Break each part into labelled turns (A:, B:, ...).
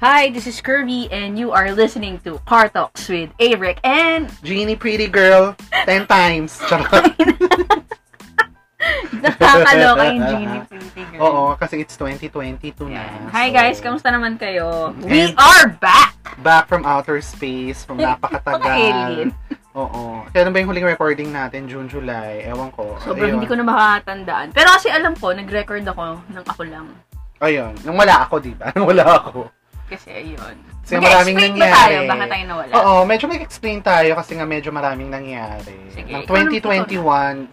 A: Hi, this is Kirby, and you are listening to Car Talks with Averick and
B: Genie Pretty Girl, 10 times. Charot.
A: nakakaloka yung Genie Pretty Girl.
B: Oo, kasi it's 2022
A: Yan.
B: na.
A: Hi
B: so,
A: guys, kamusta naman kayo? We
B: And-
A: are back!
B: Back from outer space, from
A: Mga alien.
B: napakatagal. Oo. Kailan ba yung huling recording natin? June, July? Ewan ko.
A: Sobrang
B: Ayun.
A: hindi ko na makatandaan. Pero kasi alam ko, nag-record ako ng ako lang.
B: Ayun. Nung wala ako, di ba? Nung wala ako.
A: Kasi ayun.
B: Kasi maraming
A: Mag-explain ba
B: nangyari.
A: tayo? Baka tayo nawala.
B: Oo, medyo mag-explain tayo kasi nga medyo maraming nangyari.
A: Sige,
B: Ng
A: ikaw na-
B: 2021,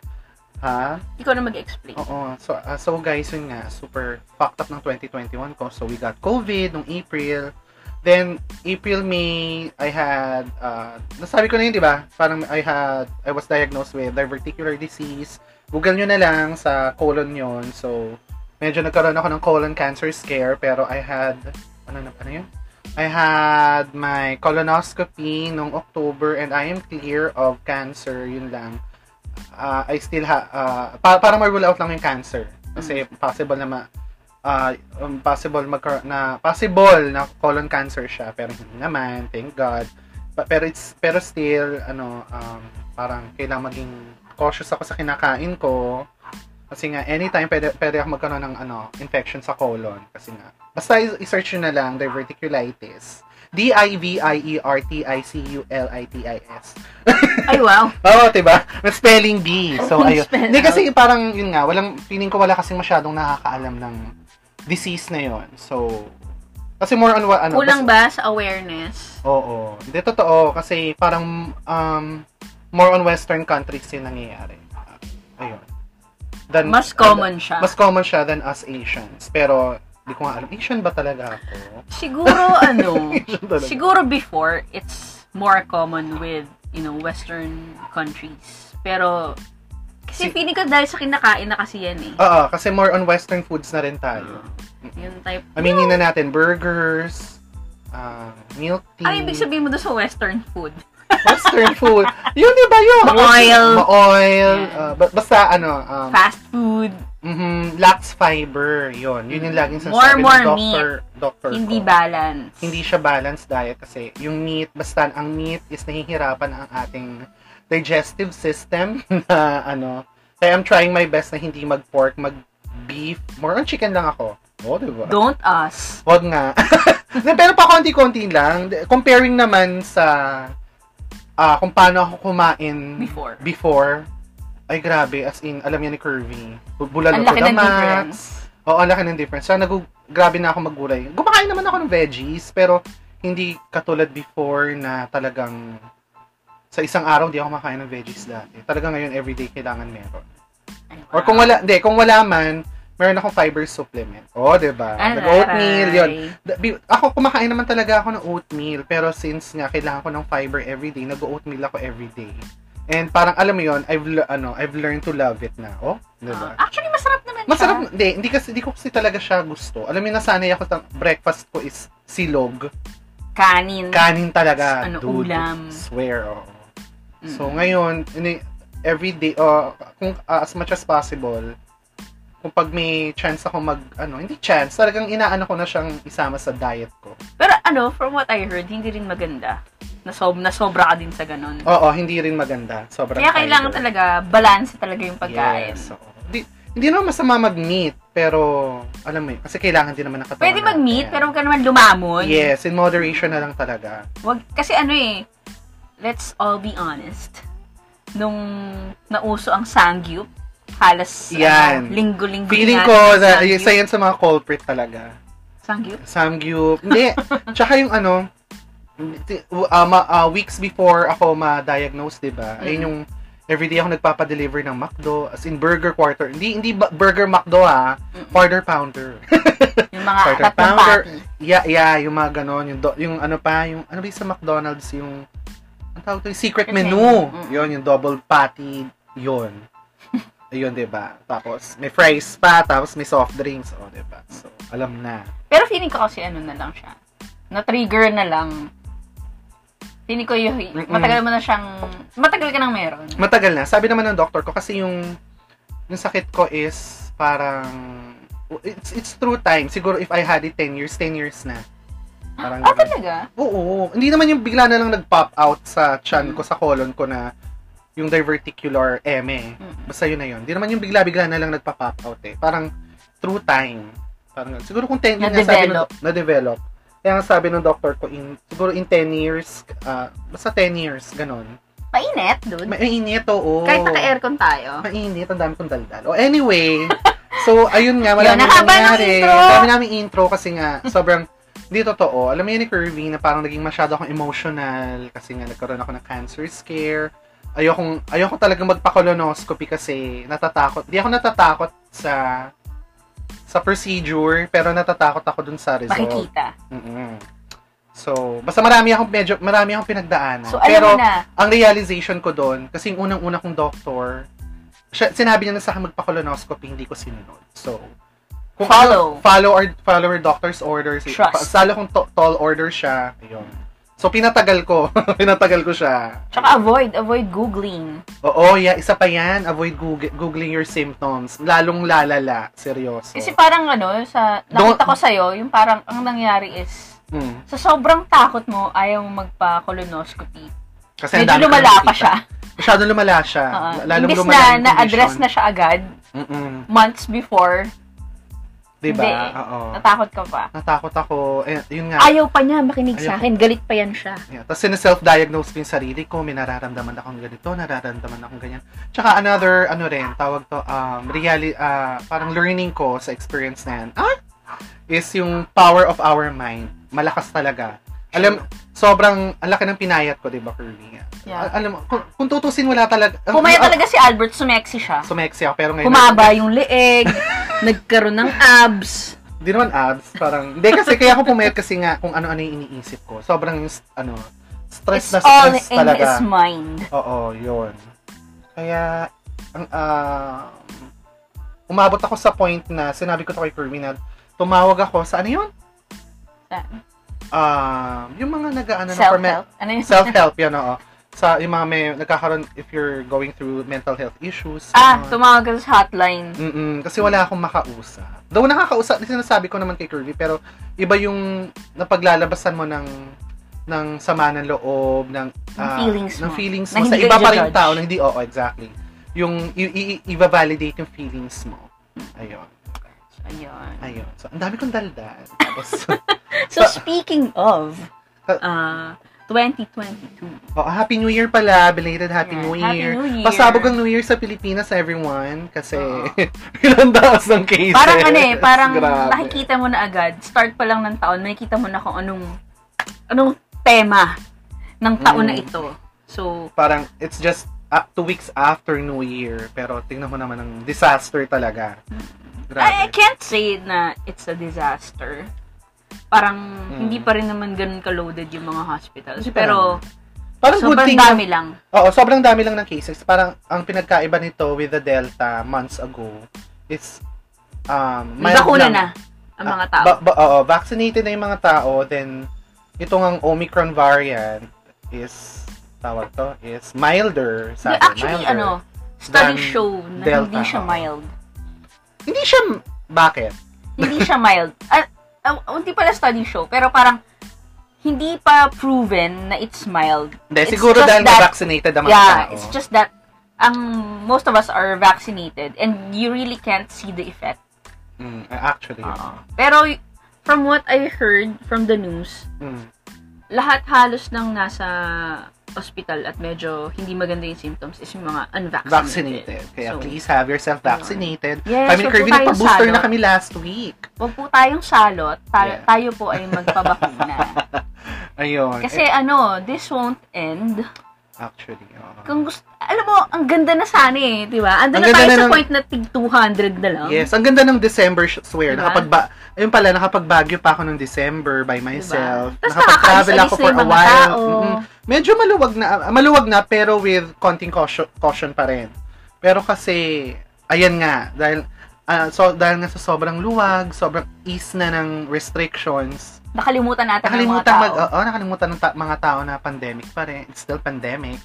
B: ha?
A: Ikaw na mag-explain.
B: Oo. So, ah, so guys, yun nga, super fucked up ng 2021 ko. So, we got COVID nung April. Then, April, May, I had, uh, nasabi ko na yun, di ba? Parang I had, I was diagnosed with diverticular disease. Google nyo na lang sa colon yon So, medyo nagkaroon ako ng colon cancer scare. Pero I had, ano na, ano yun? I had my colonoscopy nung October and I am clear of cancer. Yun lang uh, I still ha uh, pa- parang may rule out lang yung cancer kasi possible na ma uh, um, possible magka- na possible na colon cancer siya pero hindi naman thank god Pa- pero it's pero still ano um, parang kailangan maging cautious ako sa kinakain ko kasi nga anytime pwede, pwede ako magkaroon ng ano infection sa colon kasi nga basta i- i-search nyo na lang diverticulitis D I V I E R T I C U L I T I S
A: Ay, wow.
B: Oo, oh, diba? May spelling bee. So,
A: May
B: ayun.
A: spell
B: Hindi
A: out.
B: kasi parang, yun nga, walang, feeling ko wala kasing masyadong nakakaalam ng disease na yun. So, kasi more on what, ano.
A: Kulang ba sa awareness?
B: Oo. Hindi, totoo. Kasi parang, um, more on western countries yung nangyayari. Ayun. Than-
A: Mas common siya.
B: mas common siya than us Asians. Pero, hindi ko nga alam, Asian ba talaga ako?
A: Siguro, ano,
B: Asian talaga.
A: siguro before, it's more common with, you know, Western countries. Pero, kasi
B: Si- Ah,
A: feeling ko dahil sa kinakain na kasi yan eh.
B: Oo, kasi more on western foods na rin tayo.
A: Yung type.
B: Aminin na natin, burgers, ah, milk tea.
A: Ano ibig sabihin mo doon sa Western food?
B: Western food. Yun, di ba yun?
A: Ma-oil.
B: Ma-oil.
A: Yan.
B: Uh, ba- basta ano, um,
A: Fast food,
B: mhm, lax fiber. Yun, yun yung laging
A: More,
B: sinasabi
A: more
B: ng doctor, doctor
A: hindi
B: ko.
A: balance.
B: Hindi siya balanced diet kasi yung meat, basta ang meat is nahihirapan ang ating digestive system na ano. Kaya I'm trying my best na hindi mag-pork, mag-beef. More on chicken lang ako. Oo, di ba?
A: Don't us.
B: Wag nga. Hindi, Pero pa konti-konti lang. Comparing naman sa ah, kung paano ako kumain
A: Before.
B: before. Ay grabe, as in, alam yan ni Curvy. Bu-
A: Ang
B: Bulalo ko
A: laki ng
B: na
A: difference.
B: max. Oo, ang laki ng difference. Sana gu- grabe na ako maggulay. Gumakain naman ako ng veggies, pero hindi katulad before na talagang sa isang araw hindi ako makain ng veggies dati. Talaga ngayon, everyday kailangan meron.
A: Ay,
B: Or kung wala, hindi, kung wala man, meron akong fiber supplement. Oo, oh, diba?
A: Aray.
B: Nag-oatmeal, yun. Da- bi- ako kumakain naman talaga ako ng oatmeal pero since nga kailangan ko ng fiber everyday nag-oatmeal ako everyday and parang alam mo yon I've le- ano I've learned to love it na oh di
A: Ah,
B: ba
A: actually, masarap naman siya.
B: masarap hindi hindi kasi hindi ko kasi talaga siya gusto alam mo yun, nasanay ako sa breakfast ko is silog
A: Kanin.
B: kanin talaga
A: Ano,
B: dude
A: ulam.
B: swear oh
A: Mm.
B: So ngayon, ini every day uh, kung uh, as much as possible kung pag may chance ako mag ano, hindi chance, talagang inaano ko na siyang isama sa diet ko.
A: Pero ano, from what I heard, hindi rin maganda. Nasob na sobra ka din sa ganun.
B: Oo, hindi rin maganda. Sobrang
A: Kaya kailangan
B: fiber.
A: talaga, balance talaga yung pagkain.
B: Yes, oo. Hindi, hindi naman masama mag-meat, pero alam mo yun, kasi kailangan din naman ng katawan.
A: Pwede mag-meet,
B: natin.
A: pero huwag ka naman lumamon.
B: Yes, in moderation na lang talaga.
A: Wag, kasi ano eh, let's all be honest. Nung nauso ang Sangyup, halos
B: Yan.
A: ano, linggo-linggo.
B: Feeling
A: natin
B: ko,
A: ang
B: na,
A: Samgyup.
B: isa yan sa mga culprit talaga.
A: Samgyup?
B: Samgyup. Hindi. Tsaka yung ano, t- uh, ma- uh, weeks before ako ma-diagnose, di ba? Ayun
A: Mm.
B: yung everyday ako nagpapa-deliver ng McDo, as in burger quarter. Hindi, hindi ba- burger McDo ha,
A: Mm.
B: quarter pounder.
A: Yung mga
B: Quarter
A: Ah, tatlong
B: pounder.
A: patty.
B: yeah, yeah, yung mga ganon, yung, do- yung ano pa, yung ano ba yung sa McDonald's, yung, ang tawag to, yung secret
A: Secret
B: menu.
A: menu. Mm.
B: Yun, yung double patty, yun. Ayun, di ba? Tapos, may fries pa, tapos may soft drinks, oh, di ba? So, alam na.
A: Pero feeling ko kasi ano na lang siya. Na-trigger na lang. Feeling ko yung,
B: Mm-mm.
A: matagal mo na siyang, matagal ka nang meron.
B: Matagal na. Sabi naman ng doctor ko kasi yung yung sakit ko is parang it's it's through time. Siguro if I had it 10 years, 10 years na. Parang
A: Ah,
B: ganun.
A: talaga?
B: Oo. Hindi naman yung bigla na lang nag-pop out sa chan ko, sa colon ko na yung diverticular M eh.
A: Mm.
B: Basta yun na yun. Hindi naman yung bigla-bigla na lang nagpa-pop out eh. Parang through time. Parang, siguro kung 10 yun nga sabi nung- na-develop. Kaya nga sabi ng doctor ko, in, siguro in 10 years, ah, basta 10 years, ganun.
A: Mainit, dude.
B: Mainit,
A: Mm.
B: oo.
A: Kahit naka-aircon tayo.
B: Mainit, ang dami kong daldal. O anyway, so ayun nga, wala
A: Yun, nakaba ng intro.
B: Ang dami namin intro kasi nga, sobrang, hindi totoo. Alam mo yun ni Kirby na parang naging masyado akong emotional kasi nga nagkaroon ako ng cancer scare. Ayokong, ayoko talagang magpa-colonoscopy kasi natatakot. Di ako natatakot sa sa procedure, pero natatakot ako dun sa result.
A: Makikita.
B: mm So, basta marami akong medyo marami akong pinagdaanan.
A: So, alam
B: pero
A: mo na.
B: ang realization ko doon, kasi yung unang-una kong doctor, siya, sinabi niya na sa akin magpa-colonoscopy, hindi ko sinunod. So, kung
A: Follow.
B: Ano, follow, or, follow your doctor's orders. eh,
A: Trust.
B: Pa- Salo kung to- tall order siya. Ayun. So, pinatagal ko. pinatagal ko siya.
A: Tsaka avoid, avoid googling.
B: Oo, yeah, isa pa yan. Avoid Google, googling your symptoms. Lalong lalala. Seryoso.
A: Kasi parang ano, sa, nakita
B: Oh. Don't-
A: ko sa'yo, yung parang ang nangyari is,
B: Mm.
A: sa sobrang takot mo, ayaw mo magpa-colonoscopy.
B: Kasi ang
A: Medyo
B: dami ko
A: lumala pa
B: nakikita.
A: siya.
B: Masyado lumala siya.
A: Oo.
B: L- Lalong
A: Imbis
B: lumala
A: na
B: yung
A: na-address na
B: condition.
A: siya agad,
B: Mm-mm.
A: months before,
B: Diba?
A: Hindi.
B: Oo.
A: natakot ka pa.
B: Natakot ako. Eh, yun nga.
A: Ayaw pa niya makinig sa
B: Ayaw.
A: akin. Galit pa yan siya.
B: Yeah. Tapos siniself-diagnose ko yung sarili ko, may nararamdaman akong ganito, nararamdaman akong ganyan. Tsaka another, ano rin, tawag to, um, reali- ah, parang learning ko sa experience na yan, ah, is yung power of our mind. Malakas talaga. Alam, sobrang, ang laki ng pinayat ko, di ba, Kirby?
A: Yeah.
B: Al- alam mo, kung, kung tutusin, wala talaga.
A: Pumaya talaga si Albert, sumeksi siya.
B: Sumeksi ako, pero ngayon,
A: Kumaba yung leeg, nagkaroon ng abs.
B: Di naman abs, parang, hindi kasi kaya ako pumayat kasi nga kung ano-ano yung iniisip ko. Sobrang, ano, stress
A: It's
B: na
A: all
B: stress
A: in
B: talaga.
A: his mind.
B: Oo, yun. Kaya, ang, ah, umabot ako sa point na sinabi ko to kay Kirby na tumawag ako sa ano yun?
A: Saan?
B: Ah, yung mga nag-ano na Ano for men-
A: Self-help. Ano yun?
B: self-help, yun, oo. Sa yung mga may nagkakaroon if you're going through mental health issues.
A: Ah,
B: yun.
A: tumawag ka sa hotline.
B: Mm-mm, kasi wala akong makausap. Though nakakausap, sinasabi ko naman kay Kirby, pero iba yung napaglalabasan mo ng ng sama ng loob, ng, ah,
A: feelings
B: ng
A: mo.
B: feelings
A: Na
B: mo sa
A: hindi ka
B: iba pa rin
A: i-judge.
B: tao, na hindi, oo, exactly. Yung, i- i- i-validate yung feelings mo. Ayun,
A: Ayun.
B: ayun. So, ang dami kong daldal. Tapos,
A: So, speaking of,
B: Sa-
A: uh, 2022.
B: oh, Happy New Year pala. Belated Happy
A: Yan.
B: New
A: Happy
B: Year.
A: New Year.
B: Pasabog ang New Year sa Pilipinas, everyone. Kasi,
A: Oo.
B: ilang taas ng cases.
A: Parang ano eh, parang
B: Grabe.
A: nakikita mo na agad, start pa lang ng taon, nakikita mo na kung anong, anong tema ng taon
B: Mm.
A: na ito. So,
B: parang it's just up two weeks after New Year. Pero tingnan mo naman ang disaster talaga.
A: I, I
B: Grabe.
A: can't say na it's a disaster. Parang,
B: Mm.
A: hindi pa rin naman ganun ka-loaded yung mga hospitals.
B: Hindi pa
A: Pero,
B: Parang good
A: sobrang
B: thing.
A: dami lang.
B: Oo, sobrang dami lang ng cases. Parang ang pinagkaiba nito with the Delta months ago is um,
A: May
B: mild
A: bakuna
B: lang.
A: na ang mga
B: Ah,
A: tao.
B: ba- ba- oo, vaccinated na yung mga tao. Then, itong ang Omicron variant is tawag to, is milder. Sabi,
A: Actually,
B: milder.
A: ano, studies
B: than
A: show na hindi
B: Delta,
A: siya
B: oo.
A: mild.
B: Hindi siya, bakit?
A: hindi siya mild. Ah, ah, hindi pala study show, pero parang hindi pa proven na it's mild.
B: Hindi,
A: It's
B: siguro
A: just
B: dahil
A: that-
B: vaccinated ang mga
A: yeah,
B: tao.
A: it's just that ang most of us are vaccinated and you really can't see the effect.
B: Mm, actually.
A: Ah. Pero y- from what I heard from the news,
B: Mm.
A: lahat halos ng nasa hospital at medyo hindi maganda yung symptoms is yung mga unvaccinated.
B: vaccinated. Kaya
A: So,
B: please have yourself vaccinated.
A: Yes,
B: kami ni
A: wag
B: Kirby,
A: po tayong
B: nagpa-booster na
A: salot.
B: kami last week.
A: Huwag po tayong salot, tayo,
B: Yeah.
A: tayo po ay magpabakuna.
B: Ayun.
A: Kasi
B: Eh,
A: ano, this won't end
B: actually, oo.
A: kung gusto, alam mo, ang ganda na sana eh, di ba? Ando
B: Ang
A: na
B: ganda
A: tayo
B: na
A: sa
B: ng-
A: point na tig 200 na lang.
B: Yes, ang ganda ng December, sh- swear.
A: Diba?
B: Nakapagba ayun pala, nakapagbagyo pa ako ng December by
A: Diba?
B: myself.
A: Tas
B: Nakapag-travel
A: nakakaalis-alis
B: ako
A: na
B: for
A: yung
B: a
A: mga
B: while.
A: tao.
B: Mm-mm. Medyo maluwag na, ah, maluwag na pero with konting caution, caution pa rin. Pero kasi, ayan nga, dahil ah, so dahil nga sa sobrang luwag, sobrang ease na ng restrictions,
A: Nakalimutan natin ng mga
B: Nakalimutan
A: tao.
B: mag oh, nakalimutan ng ta- mga tao na pandemic pa rin. It's still pandemic.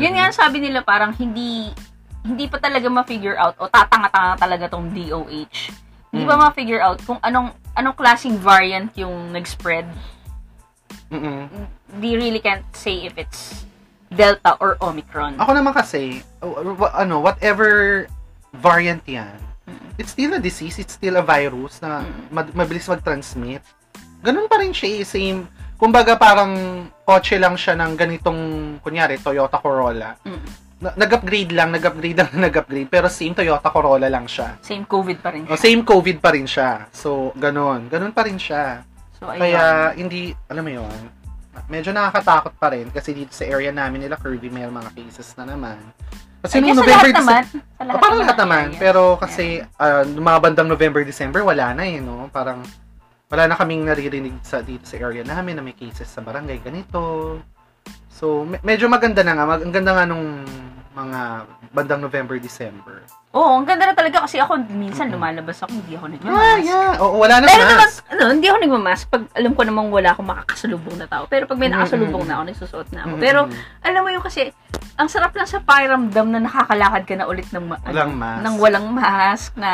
A: Yun nga ang sabi nila parang hindi hindi pa talaga ma-figure out o tatanga-tanga talaga tong DOH. Hindi
B: Mm.
A: pa ma-figure out kung anong anong klaseng variant yung nag-spread
B: Mm-mm.
A: we really can't say if it's Delta or Omicron.
B: Ako naman kasi, w- w- ano, whatever variant yan, it's still a disease, it's still a virus na mad- mabilis mag-transmit. Ganun pa rin siya, eh, same. Kumbaga parang kotse lang siya ng ganitong, kunyari, Toyota Corolla.
A: Mm.
B: Na- nag-upgrade lang, nag-upgrade lang, nag-upgrade, pero same Toyota Corolla lang siya.
A: Same COVID pa rin
B: O,
A: siya.
B: same COVID pa rin siya. So, ganun. Ganun pa rin siya.
A: So, ayun.
B: Kaya, hindi, alam mo yun, medyo nakakatakot pa rin kasi dito sa area namin nila, Kirby, may mga cases na naman.
A: I
B: Kasi
A: guess
B: nung
A: sa
B: November,
A: lahat naman. Sa
B: Lahat Oh, parang lahat naman.
A: area.
B: Pero kasi, ah, nung mga bandang November, December, wala na eh, no? Parang, wala na kaming naririnig sa, dito sa area namin na may cases sa barangay, ganito. So, me- medyo maganda na nga. Mag- ang ganda nga nung mga bandang November, December.
A: Oo, ang ganda na talaga kasi ako minsan
B: Mm-mm. Ah,
A: lumalabas ako, hindi ako nagmamask.
B: Yeah, yeah. Oo, wala na
A: Pero naman,
B: mask.
A: ano, hindi ako nagmamask pag alam ko namang wala akong makakasalubong na tao. Pero pag may
B: Mm-mm.
A: nakasalubong na ako, nagsusuot na ako.
B: Mm-mm.
A: Pero alam mo yung kasi, ang sarap lang sa pakiramdam na nakakalakad ka na ulit ng, ma-
B: Walang
A: ano,
B: mask.
A: ng walang mask na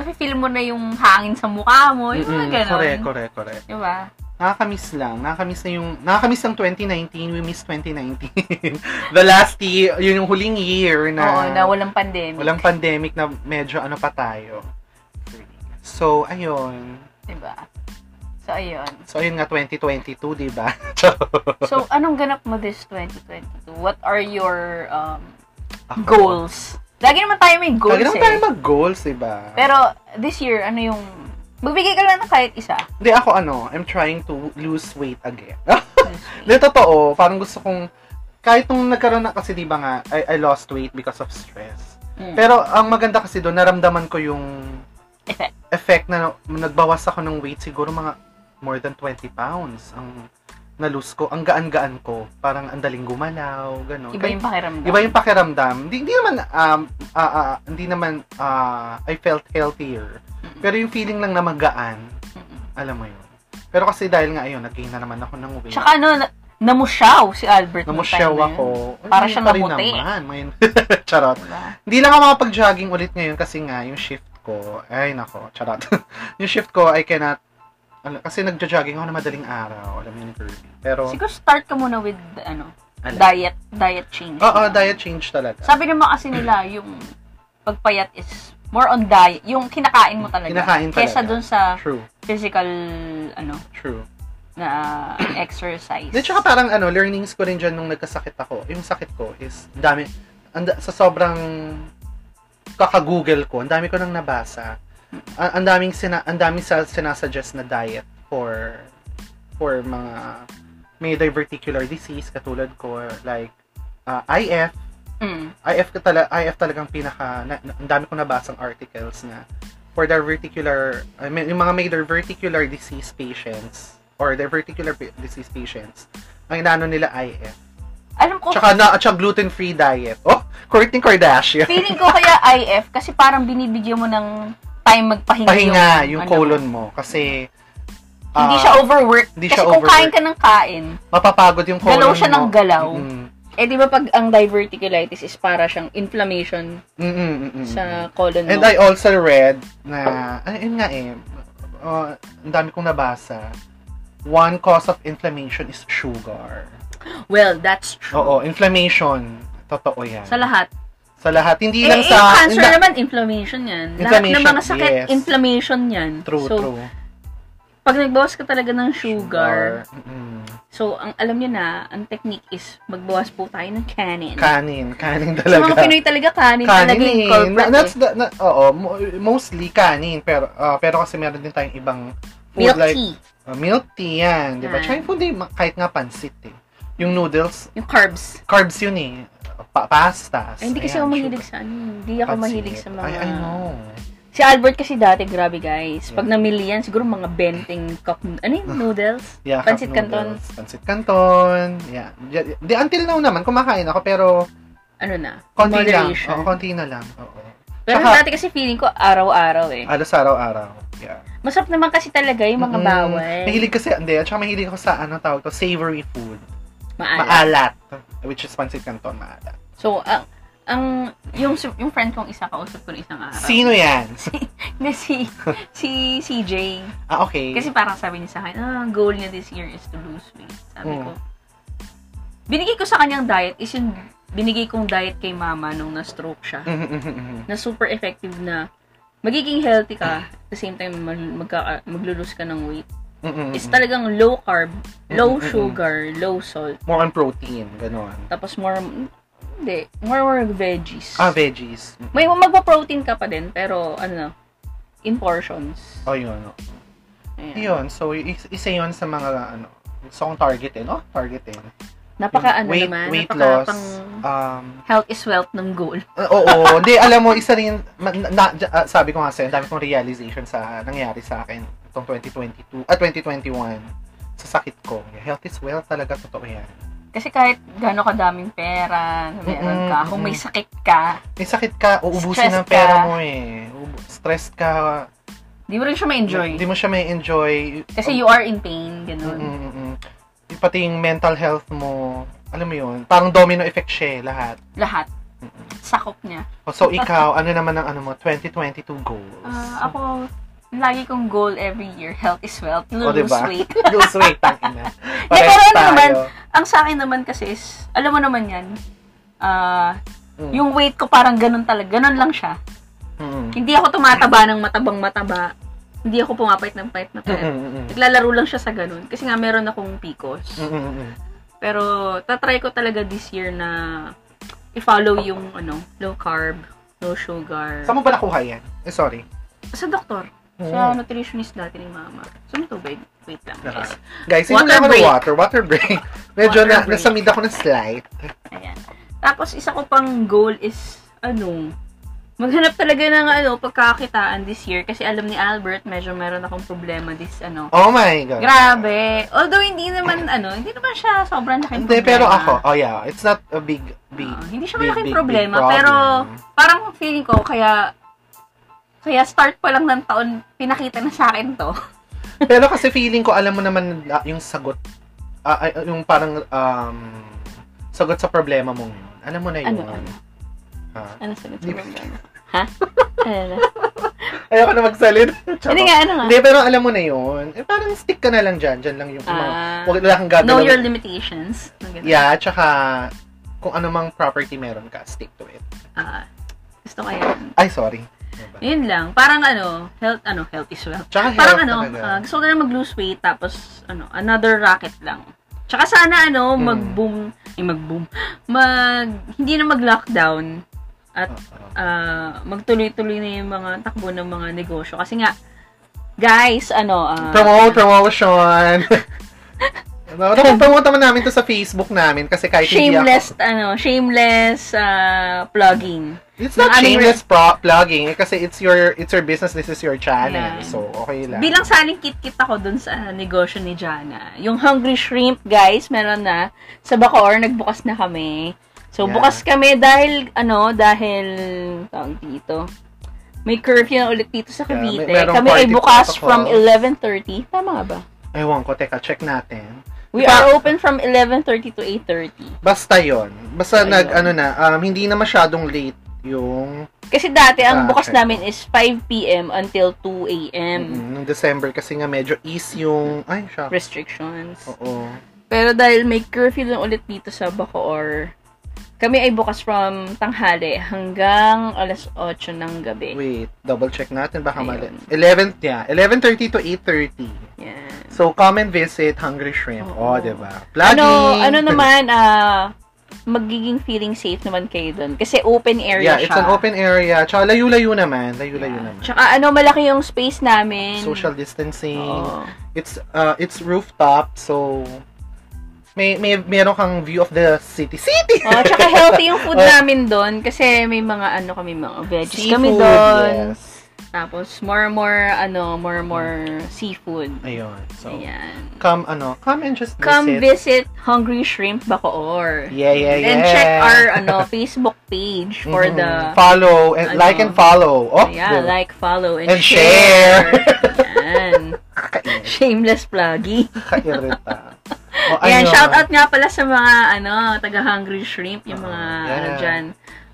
A: nafe-feel mo na yung hangin sa mukha mo. Yung mga
B: Mm-mm.
A: ganun.
B: Correct, correct, correct.
A: Diba?
B: Nakakamiss lang. Nakakamiss na yung... Nakakamiss ng 2019. We miss 2019. The last year. Yun yung huling year na...
A: Oo, na walang pandemic.
B: Walang pandemic na medyo ano pa tayo. So, ayun.
A: Diba? So, ayun.
B: So, ayun nga, 2022, di ba?
A: So, anong ganap mo this 2022? What are your um,
B: Ako.
A: goals? Lagi naman tayo may goals
B: Lagi naman
A: eh.
B: tayo mag-goals, di ba?
A: Ah. Pero this year, ano yung... Magbigay ka lang ng kahit isa.
B: Hindi, ako ano, I'm trying to lose weight again.
A: this
B: Hindi,
A: week.
B: totoo. Parang gusto kong, kahit nung nagkaroon na kasi, di ba nga, I, I lost weight because of stress.
A: Mm.
B: Pero, ang maganda kasi doon, naramdaman ko yung
A: Effect.
B: effect na nagbawas ako ng weight, siguro mga more than 20 pounds ang na-lose ko. Ang gaan-gaan ko. Parang ang daling gumalaw, gano'n.
A: Iba yung pakiramdam.
B: Iba yung pakiramdam. Hindi, hindi naman, um, ah, ah, hindi naman, ah, I felt healthier. Pero yung feeling lang na magaan,
A: Mm-mm.
B: alam mo yun. Pero kasi dahil nga ayun, nag-gain na naman ako ng weight.
A: Tsaka ano, na- namusyaw si Albert. nung
B: Namusyaw
A: time na yun.
B: ako. Ay,
A: Para
B: ngayon
A: siyang
B: pa rin
A: namuti.
B: naman. Ngayon. Charot.
A: Diba?
B: Hindi lang ako makapag-jogging ulit ngayon kasi nga yung shift ko, ay nako, charot. yung shift ko, I cannot, ano, kasi nagjo-jogging ako na madaling araw, alam mo yun, Kirby. Pero,
A: Siguro start ka muna with, ano,
B: Ano?
A: diet, diet change.
B: oo, diet change talaga.
A: Sabi naman kasi nila, yung pagpayat is more on diet. Yung kinakain mo talaga.
B: Kinakain talaga.
A: Kesa dun sa
B: True,
A: physical, ano,
B: true.
A: na exercise.
B: Di, tsaka parang ano, learnings ko rin dyan nung nagkasakit ako. Yung sakit ko is, ang dami, and, sa sobrang kaka-google ko, ang dami ko nang nabasa. A- ang daming sina, ang daming sa, sinasuggest na diet for for mga may diverticular disease katulad ko like ah, IF
A: Mm.
B: IF ka tala, IF talagang pinaka na, na- ang dami ko nabasang articles na for diverticular I mean, yung mga may diverticular disease patients or diverticular pa- disease patients ang inaano nila IF.
A: Alam ko,
B: Tsaka na at saka gluten-free diet. Oh, Kourtney Kardashian.
A: feeling ko kaya IF kasi parang binibigyan mo ng time magpahinga.
B: Pahinga
A: ano,
B: yung colon mo kasi ah,
A: hindi siya overworked.
B: hindi
A: kasi
B: siya
A: kung kain
B: overworked.
A: ka ng kain,
B: mapapagod yung colon
A: Galaw siya
B: mo.
A: ng galaw.
B: Mm,
A: eh di ba pag ang diverticulitis is para siyang inflammation
B: mm, mm, mm, mm, mm.
A: sa colon mo.
B: And I also read na, ay, yun nga eh, uh, ang dami kong nabasa, one cause of inflammation is sugar.
A: well, that's true.
B: Oo, inflammation. Totoo yan.
A: Sa lahat.
B: Sa lahat. Hindi
A: Eh,
B: lang
A: eh,
B: sa...
A: cancer
B: hindi-
A: naman, inflammation yan. Lahat ng
B: Inflammation,
A: mga sakit,
B: yes.
A: inflammation yan.
B: True,
A: so,
B: true.
A: pag nagbawas ka talaga ng sugar,
B: Mm-mm.
A: so, ang alam nyo na, ang technique is magbawas po tayo ng kanin.
B: Kanin. Kanin
A: Sa
B: talaga.
A: mga Pinoy talaga, kanin,
B: kanin
A: talaga yung
B: eh.
A: culprit.
B: Na- that's
A: eh.
B: the, na- oo, mo- mostly kanin. Pero ah, pero kasi meron din tayong ibang food
A: Milk
B: like
A: tea,
B: ah, milk tea yan. Di
A: Yan.
B: ba? Chinese food, eh, ma- kahit nga pansit eh. Yung noodles,
A: yung carbs.
B: carbs yun eh. Pa- pastas.
A: Ay, hindi kasi ako
B: Ayan,
A: mahilig
B: sugar.
A: sa ano. Hindi ako
B: Pansit.
A: mahilig sa mga...
B: I, I know.
A: Si Albert kasi dati, grabe guys. Pag
B: Yeah. Ah.
A: namili yan, siguro mga benting cup, ano yung noodles?
B: Yeah, cup
A: Pansit Canton.
B: noodles, Pansit Canton. Yeah. Yeah, Di, until now naman, kumakain ako, pero
A: Ano na?
B: konti lang.
A: moderation.
B: Oo, konti na lang. Oo.
A: Pero
B: Tsaka-
A: dati kasi feeling ko araw-araw eh.
B: Alas araw-araw. Yeah.
A: Masarap naman kasi talaga yung mga
B: Mm-mm.
A: bawal.
B: Mahilig kasi, hindi, at saka mahilig ako sa, ano tawag to, savory food.
A: Maalat.
B: Maalat. Which is Pansit Canton, maalat.
A: Ah.
B: eh?
A: So, ang, ang yung, yung friend kong isa, kausap ko na isang araw.
B: Sino yan?
A: Hindi, si, si CJ.
B: Ah, okay.
A: Kasi parang sabi niya sa akin, ah, ang goal niya this year is to lose weight. Sabi
B: Mm.
A: ko, binigay ko sa kanyang diet is yung binigay kong diet kay mama nung na-stroke siya.
B: Mhm, mhm, mhm.
A: Na super effective na magiging healthy ka, at the same time mag- magka- maglulose ka ng weight.
B: Mhm, mhm.
A: Is talagang low carb, low
B: Mm, mm, mm.
A: sugar, low salt.
B: More on protein, gano'n.
A: Tapos more, hindi, more, more veggies.
B: Ah, veggies.
A: May magpa-protein ka pa din, pero ano, in portions.
B: Oh, yun.
A: Ayan.
B: Ah, Yun, so is- isa yun sa mga ano, gusto kong targetin, oh, targetin.
A: Napaka ano
B: weight,
A: naman,
B: weight
A: napaka
B: loss.
A: pang
B: Um,
A: health is wealth ng goal.
B: uh, oo, hindi, alam mo, isa rin, ma- na, na- j- ah, sabi ko nga sa'yo, ang dami kong realization sa nangyari sa akin itong 2022, at 2021 sa sakit ko. Health is wealth talaga, totoo yan.
A: Kasi kahit gano'n kadaming pera na meron
B: Mm-mm,
A: ka, kung may
B: mm-mm.
A: sakit ka,
B: May sakit ka, uubusin
A: Stress
B: ang
A: ka.
B: pera mo eh. Ubu- Stress ka,
A: di mo rin siya ma-enjoy.
B: hindi mo siya may enjoy. Um, mm,
A: Kasi you are in pain, gano'n.
B: Mm-mm-mm. Yung Pati yung mental health mo, alam mo yun, parang domino effect siya eh, lahat.
A: Lahat. Sakop niya.
B: Oh, So, ikaw, ano naman ang ano mo, 2022 goals?
A: Ah, ako, lagi kong goal every year, health is wealth,
B: O,
A: lose
B: diba?
A: weight.
B: Lose weight, ang ina.
A: pero
B: Parehas
A: ano
B: tayo.
A: naman, Ang sa akin naman kasi is, alam mo naman yan, ah,
B: Mm.
A: yung weight ko parang ganun talaga, ganun lang siya.
B: Mm.
A: Hindi ako tumataba ng matabang mataba. Hindi ako pumapait ng pait na pait.
B: Mm-mm-mm.
A: Naglalaro lang siya sa ganun. Kasi nga meron akong picos.
B: Mm-mm-mm.
A: Pero tatry ko talaga this year na i-follow yung ano, low carb, no sugar.
B: Saan mo ba nakuha yan? Eh, sorry.
A: Sa doktor. Sa
B: Mm.
A: nutritionist dati ni mama. So, may tubig. Wait lang. Guys.
B: Guys, hindi
A: Water
B: na ako ng
A: break.
B: water. Water break. Medyo
A: Water
B: na,
A: break.
B: nasa mid ako ng slide.
A: Ayan. Tapos, isa ko pang goal is, ano, maghanap talaga ng ano, pagkakitaan this year. Kasi alam ni Albert, medyo meron akong problema this, ano,
B: Oh my God.
A: Grabe. Although hindi naman ano, hindi naman siya sobrang laking
B: Hindi,
A: problema.
B: pero ako, oh yeah, it's not a big, big,
A: Oo, Ah, hindi siya
B: big,
A: malaking
B: big, big
A: problema,
B: problem.
A: pero parang feeling ko kaya kaya start pa lang ng taon pinakita na sa akin to.
B: Pero kasi feeling ko, alam mo naman ah, yung sagot, ah, ah, yung parang um, sagot sa problema mong yun. Alam mo na yun.
A: Ano, ano?
B: Ah.
A: Ano sa
B: Hindi.
A: problema? Ha? Ano na?
B: Ayoko na magsalit.
A: Hindi nga, ano nga?
B: Hindi, pero alam mo na yun. Eh, parang stick ka na lang dyan. Dyan lang yung mga...
A: Ah,
B: Huwag wala kang gagawin.
A: know your limitations. Ang ganun.
B: Yeah, tsaka kung ano mang property meron ka, stick to it.
A: Ah, gusto ko yan.
B: Ay, sorry.
A: Yun lang. Parang ano, health, ano, health is wealth.
B: Tsaka health
A: Parang ano,
B: talaga.
A: ah, gusto ko na lang mag-lose weight tapos ano, another racket lang. Tsaka sana ano,
B: Mm.
A: mag-boom, eh, mag-boom, mag, hindi na mag-lockdown,
B: Oo.
A: ah, magtuloy-tuloy na yung mga takbo ng mga negosyo. Kasi nga, guys, ano, ah,
B: promote, promotion! Ano, promote naman namin to sa Facebook namin kasi kahit
A: shameless, ano, shameless ah, plugging.
B: hindi ako, it's
A: ng
B: not
A: aming-
B: shameless pro- plugging eh, kasi it's your it's your business, this is your channel.
A: Yeah.
B: So, okay lang.
A: Bilang saling kit-kit ako dun sa negosyo ni Jana. Yung Hungry Shrimp, guys, meron na. Sa Bacoor, nagbukas na kami. So,
B: Yeah.
A: bukas kami dahil, ano, dahil, tawag dito, may curfew na ulit dito sa
B: Yeah, may-
A: Cavite.
B: merong
A: kami ay
B: party
A: bukas
B: protocol.
A: from 11.30. Tama nga ba?
B: Ewan ko, teka, check natin.
A: We
B: Diba?
A: are open from 11.30 to 8.30.
B: Basta yon Basta
A: Ayun.
B: nag, ano na, um, hindi na masyadong late yung
A: Kasi dati, ang
B: Ah,
A: bukas
B: okay.
A: namin is 5 p.m. until 2 a.m.
B: mm, nung December kasi nga medyo ease yung, ay, shock.
A: restrictions.
B: Oo.
A: Pero dahil may curfew lang ulit dito sa Bacoor, kami ay bukas from tanghali hanggang alas 8 ng gabi.
B: Wait, double check natin baka mali.
A: Ayun.
B: 11, yeah, 11:30 to 8:30.
A: Yan.
B: So come and visit Hungry Shrimp.
A: Oo.
B: Oh, 'di ba?
A: Ano, ano naman, ah, magiging feeling safe naman kayo doon. Kasi open area
B: Yeah,
A: siya.
B: it's an open area. Tsaka layo-layo naman, layo-layo
A: Yeah.
B: naman.
A: Tsaka ano, malaki yung space namin.
B: Social distancing.
A: Oo.
B: It's uh it's rooftop, so may may meron kang view of the city. City.
A: Oh, tsaka healthy yung food
B: Oh.
A: namin doon kasi may mga ano kami mga veggies kami
B: Seafood,
A: doon.
B: Yes.
A: Tapos more more ano, more more seafood.
B: Ayun. So
A: Ayan.
B: come ano, come and just
A: Come visit
B: visit.
A: Hungry Shrimp Bacoor.
B: Yeah, yeah, yeah.
A: And check our ano Facebook page for
B: Mhm.
A: the
B: follow
A: ano.
B: and like and follow. Oh,
A: yeah,
B: diba?
A: like, follow, and,
B: And share.
A: Ayan. Shameless plugging.
B: Kairita. O,
A: Ayan,
B: ano?
A: shout out nga pala sa mga ano, taga Hungry Shrimp, yung
B: Oo,
A: mga
B: Oh, yeah.
A: ano dyan.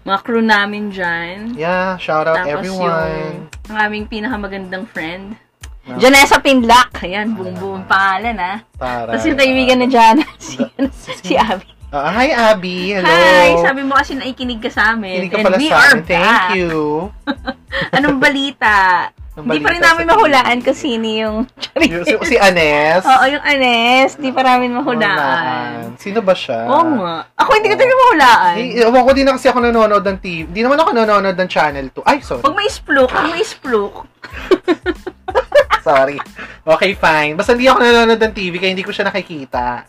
A: mga crew namin dyan.
B: Yeah, shout out
A: Tapos
B: everyone.
A: yung ang aming pinakamagandang friend.
B: Ah.
A: Janessa Pinlac. Ayan, boom boom. Pangalan ah.
B: Tara.
A: Tapos yung kaibigan na Jana, si, si Abby.
B: Ah, hi, Abby. Hello.
A: Hi! Sabi mo kasi naikinig ka sa amin.
B: Hindi ka pala
A: And we
B: sa
A: are
B: akin. Thank
A: back.
B: you.
A: Anong balita?
B: Ang
A: Hindi pa rin
B: balita
A: namin
B: sa-
A: mahulaan kung sino yung
B: Yung- Si, si Anes.
A: Oo, yung Anes. Hindi pa namin
B: Hulaan.
A: mahulaan.
B: Sino ba siya?
A: Oo nga. Ako hindi ko talaga mahulaan.
B: Eh, ewan ko din na kasi ako nanonood ng TV. Hindi naman ako nanonood ng Channel 2. Ay, sorry.
A: Pag may spluk, pag may spluk.
B: sorry. Okay, fine. Basta hindi ako nanonood ng TV kaya hindi ko siya nakikita.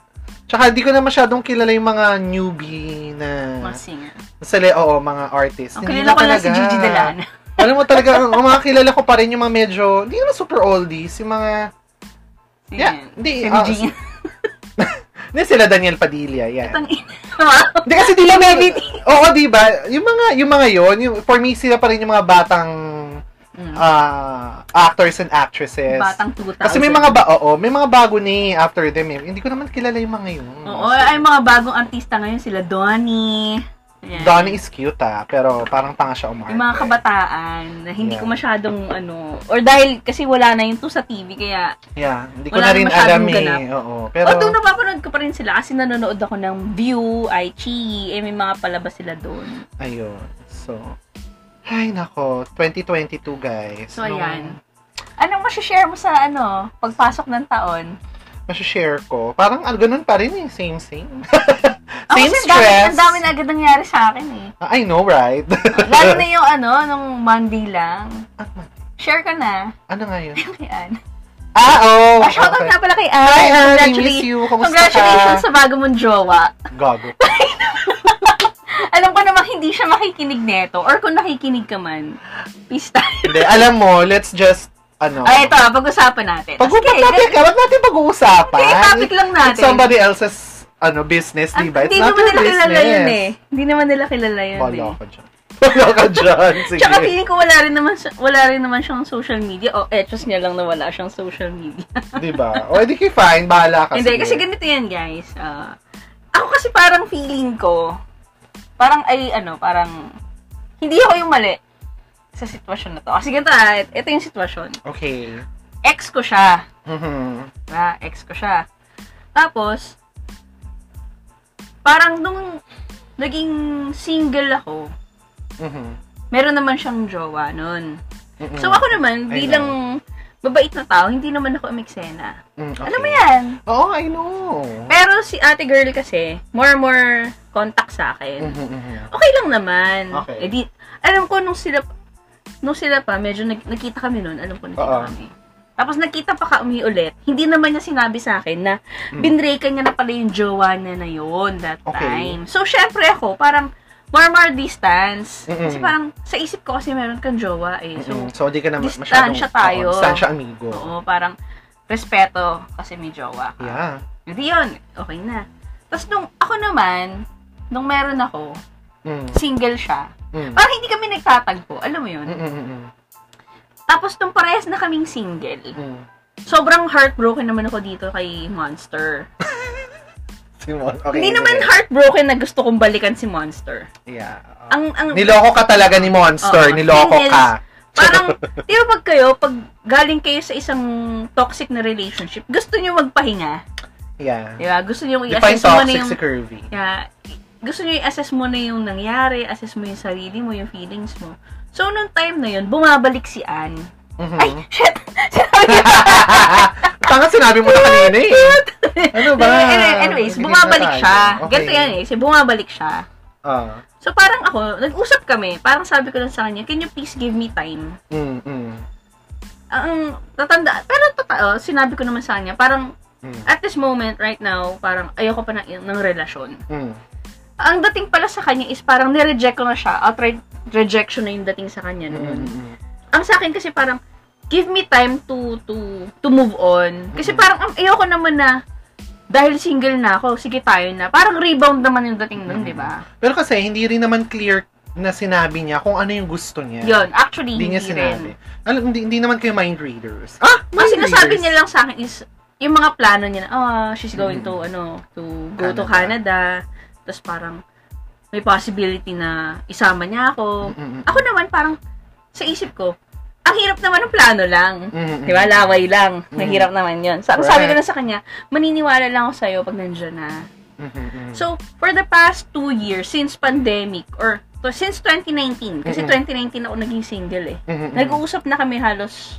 B: Tsaka hindi ko na masyadong kilala yung mga newbie na...
A: Mga singer.
B: Sali, oo, mga artist.
A: Ang
B: Hindi
A: kilala
B: ko
A: ko lang si
B: talaga.
A: Gigi Dalan.
B: Alam mo talaga, ang, ang mga kilala ko pa rin yung mga medyo, hindi naman super oldies, yung mga, yeah,
A: Si
B: hindi, ah,
A: Gigi.
B: hindi sila Daniel Padilla, yeah.
A: Ang ina.
B: Hindi kasi di ba Oo, di ba? Yung mga yung mga 'yon, yung for me sila pa rin yung mga batang
A: Mm.
B: ah, actors and actresses.
A: Batang 2000.
B: kasi may mga ba oo, may mga bago ni after them. eh. Hindi ko naman kilala yung mga 'yun.
A: Oo, eh. ay mga bagong artista ngayon sila Donnie. Ayan.
B: Donnie is cute ah, pero parang tanga siya oh umarte.
A: Yung mga kabataan na hindi
B: Yeah.
A: ko masyadong ano, or dahil kasi wala na yung to sa TV kaya
B: Yeah, hindi ko
A: Wala na
B: na rin
A: masyadong
B: alam
A: ganap.
B: eh. Oo, pero
A: although napapanood ko pa rin sila kasi nanonood ako ng View, iChi, eh may mga palabas sila doon.
B: ayun. So ay nako, 2022 guys.
A: So
B: Nung-
A: ayan. Anong masashare mo sa ano, pagpasok ng taon?
B: Masashare ko. Parang ah, ganun pa rin eh, same same.
A: Ako kasi
B: same
A: ang dami,
B: stress. Ah,
A: ang dami na agad nangyari sa akin eh.
B: I know, right?
A: Lalo na yung ano, nung Monday lang.
B: Ah,
A: Share ka na.
B: ano nga yun?
A: Kay Ann.
B: Ah, oh!
A: Ah, shoutout nga pala kay Ann.
B: Hi, Ann! I
A: Congratulations-
B: miss you. Kumusta
A: Congratulations sa
B: ka?
A: bago mong jowa.
B: Gago.
A: Alam ko namang hindi siya makikinig neto or kung nakikinig ka man, peace tayo.
B: Hindi, alam mo, let's just, ano.
A: Ay, ito, ah, pag-usapan natin.
B: Pag
A: Sige,
B: topic ka, ba't natin pag-uusapan?
A: Okay, topic lang natin.
B: It's somebody else's, ano, business,
A: ah,
B: di ba? It's
A: Hindi
B: not
A: naman
B: your
A: nila kilala
B: business.
A: yun eh. Hindi naman nila kilala yun
B: Wala
A: eh.
B: ka dyan. Wala ka dyan. Sige.
A: Tsaka feeling ko wala rin naman siya- wala rin naman siyang social media. O, etos niya lang na wala siyang social media.
B: di ba? Diba? O, edi kay fine, bahala ka.
A: Hindi,
B: Ah, sige.
A: kasi ganito yan, guys. Ah, ako kasi parang feeling ko, parang ay, ano, parang, hindi ako yung mali sa sitwasyon na to. Kasi ganito ah, ito yung sitwasyon.
B: Okay.
A: Ex ko siya.
B: Mhm.
A: na ex ko siya. Tapos, parang nung naging single ako,
B: Mhm.
A: meron naman siyang jowa nun.
B: Mhm.
A: So ako naman,
B: I
A: bilang mabait na tao, hindi naman ako umiksena.
B: Mm, okay.
A: Alam mo yan?
B: Oo, I know.
A: Pero si ate girl kasi, more more contact sa akin.
B: Mhm, mhm.
A: Okay lang naman.
B: Okay.
A: Eh di, alam ko nung sila, nung sila pa, medyo nag, nakita kami nun, alam ko nakita
B: Oo.
A: kami. Tapos nakita pa kami ulit, hindi naman niya sinabi sa akin na
B: Mm.
A: binreakan niya na pala yung jowa niya na yun that
B: Okay.
A: time. So, syempre ako, parang more more distance.
B: Mm-mm.
A: Kasi parang sa isip ko kasi meron kang jowa eh. So,
B: Mm-mm. Mm-hmm. So, di ka na ma-
A: distansya
B: masyadong...
A: tayo.
B: Oo, distansya amigo.
A: oo, parang respeto kasi may jowa ka.
B: Yeah.
A: Hindi yun, okay na. Tapos nung ako naman, nung meron ako,
B: Mm.
A: single siya.
B: Mm.
A: Parang Ah, hindi kami nagtatagpo, alam mo yun.
B: Mm, mm, mm, mm.
A: Tapos nung parehas na kaming single,
B: Mm.
A: sobrang heartbroken naman ako dito kay Monster.
B: Si Mon. Okay.
A: Hindi
B: sige.
A: naman heartbroken na gusto kong balikan si Monster.
B: Yeah.
A: Ang, ang,
B: Niloko ka talaga ni Monster.
A: Oo.
B: Niloko
A: Yes.
B: ka.
A: Parang, di ba pag kayo, pag galing kayo sa isang toxic na relationship, gusto nyo magpahinga.
B: Yeah.
A: Di ba? Gusto nyo
B: Define
A: i-assess mo na
B: toxic
A: yung...
B: si Curvy.
A: Yeah, gusto nyo i-assess mo na yung nangyari, assess mo yung sarili mo, yung feelings mo. So, nung time na yun, bumabalik si Ann.
B: Mhm.
A: Ay, shit! Sinabi ko.
B: Tanga sinabi mo na kanina eh. Ano ba?
A: Anyway, Anyways,
B: Ganito
A: bumabalik
B: tayo.
A: siya.
B: Okay.
A: Ganito yan eh. Kasi bumabalik siya.
B: Ah.
A: So, parang ako, nag-usap kami. Parang sabi ko lang sa kanya, can you please give me time?
B: Mm, mm,
A: ang tatanda, pero totoo, sinabi ko naman sa kanya, parang
B: mm,
A: at this moment, right now, parang ayoko pa ng, ng relasyon.
B: mm.
A: Ang dating pala sa kanya is parang nireject ko na siya, outright rejection na yung dating sa kanya
B: Mm,
A: noon.
B: mm, mm.
A: Ang sa akin kasi parang, give me time to to to move on. Kasi
B: Mm.
A: parang ang ayoko naman na dahil single na ako, sige tayo na. Parang rebound naman yung dating noon,
B: Mm.
A: di ba?
B: Pero kasi, hindi rin naman clear na sinabi niya kung ano yung gusto niya.
A: Yun, actually,
B: Hindi
A: hindi,
B: niya
A: rin.
B: sinabi. Alam, hindi, hindi naman kayo mind readers. Ah!
A: Ang sinasabi
B: readers.
A: niya lang sa akin is, yung mga plano niya, na, oh, "Ah, she's going
B: Mm.
A: to, ano, to go to
B: Canada.
A: Canada. Tapos parang, may possibility na isama niya
B: Mm,
A: ako. Ah. Ako naman, parang sa isip ko, ang hirap naman ng plano lang.
B: Mm,
A: Di ba? Diba? Laway lang. Mahirap naman yun. So, ang sabi ko na sa kanya, maniniwala lang ako sa'yo pag nandiyan na.
B: Mm.
A: So, for the past two years, since pandemic, or to, since 2019, kasi
B: Mm-mm.
A: 2019 ako naging single eh.
B: Mm,
A: Nag-uusap na kami halos,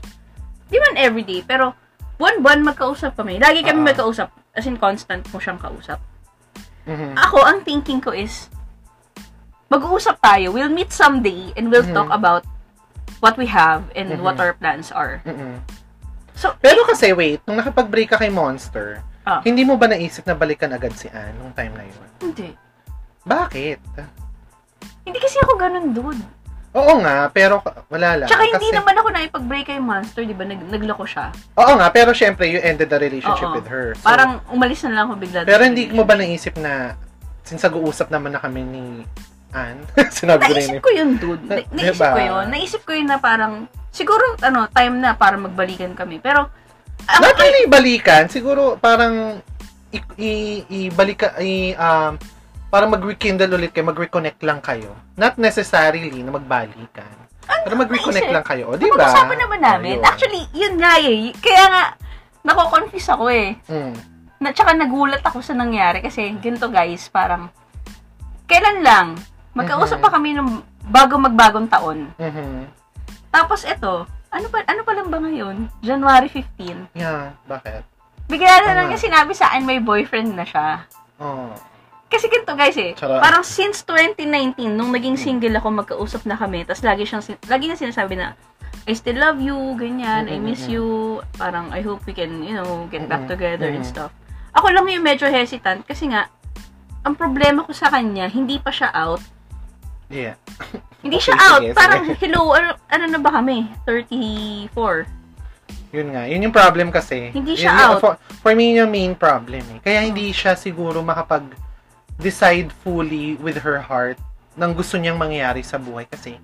A: di man everyday, pero buwan-buwan magkausap kami. Lagi kami
B: Ah.
A: magkausap. As in, constant mo siyang kausap.
B: mm,
A: Ako, ang thinking ko is, mag-uusap tayo, we'll meet someday, and we'll
B: Mhm.
A: talk about what we have and
B: Mhm.
A: what our plans are. So,
B: mm. Pero kasi wait, nung nakapag-break ka kay Monster,
A: Ah.
B: hindi mo ba naisip na balikan agad si Anne nung time na yun?
A: hindi.
B: Bakit?
A: Hindi kasi ako ganun, dude.
B: Oo nga, pero wala lang.
A: Tsaka hindi
B: Kasi-
A: naman ako naipag-break kay Monster, di ba? Nag- naglako siya.
B: Oo nga, pero syempre you ended the relationship
A: Oo.
B: with her. So,
A: Parang umalis na lang ako bigla.
B: pero hindi mo ba naisip na since nag-uusap naman na kami ni Anne, sinabi ko na yun. eh.
A: Naisip ko yun, dude. Na-
B: Diba?
A: naisip ko yun. Naisip ko yun na parang, siguro, ano, time na para magbalikan kami. Pero, ang,
B: Not really balikan, siguro parang i- i- ibalik ka- i- um, parang mag-rekindle ulit kayo, mag-reconnect lang kayo. Not necessarily na magbalikan. Pero mag-reconnect
A: naisip?
B: lang kayo, o, di ba?
A: pag-usapan naman namin.
B: Diba? Ayun.
A: Actually, yun nga eh. Kaya nga, nako-confuse ako eh.
B: Mm.
A: Na, tsaka nagulat ako sa nangyari kasi ganito guys, parang, kailan lang, magkausap
B: Mhm.
A: pa kami ng bago magbagong taon.
B: mhm.
A: Tapos ito, ano pa, ano pa lang ba ngayon? January 15.
B: Yeah, bakit?
A: Bigla na lang
B: Tama.
A: niya sinabi sa akin may boyfriend na siya.
B: Oh.
A: Kasi ganito guys eh.
B: Charot.
A: Parang since 2019 nung naging single ako magkausap na kami. Tapos lagi siyang sin- lagi niya sinasabi na I still love you, ganyan, I miss
B: Mm-mm-mm.
A: you. Parang I hope we can, you know, get back
B: Mm-mm.
A: together and
B: Mm-mm.
A: stuff. Ako lang yung medyo hesitant kasi nga ang problema ko sa kanya, hindi pa siya out.
B: Yeah.
A: Hindi
B: Okay,
A: siya
B: sige,
A: out.
B: sige.
A: Parang hello, ano, ano na ba kami? 34.
B: Yun nga, yun yung problem kasi.
A: Hindi
B: Yun
A: siya
B: yung-
A: out. Oh.
B: For, for me, yun yung main problem eh. Kaya hindi siya siguro makapag decide fully with her heart ng gusto niyang mangyari sa buhay kasi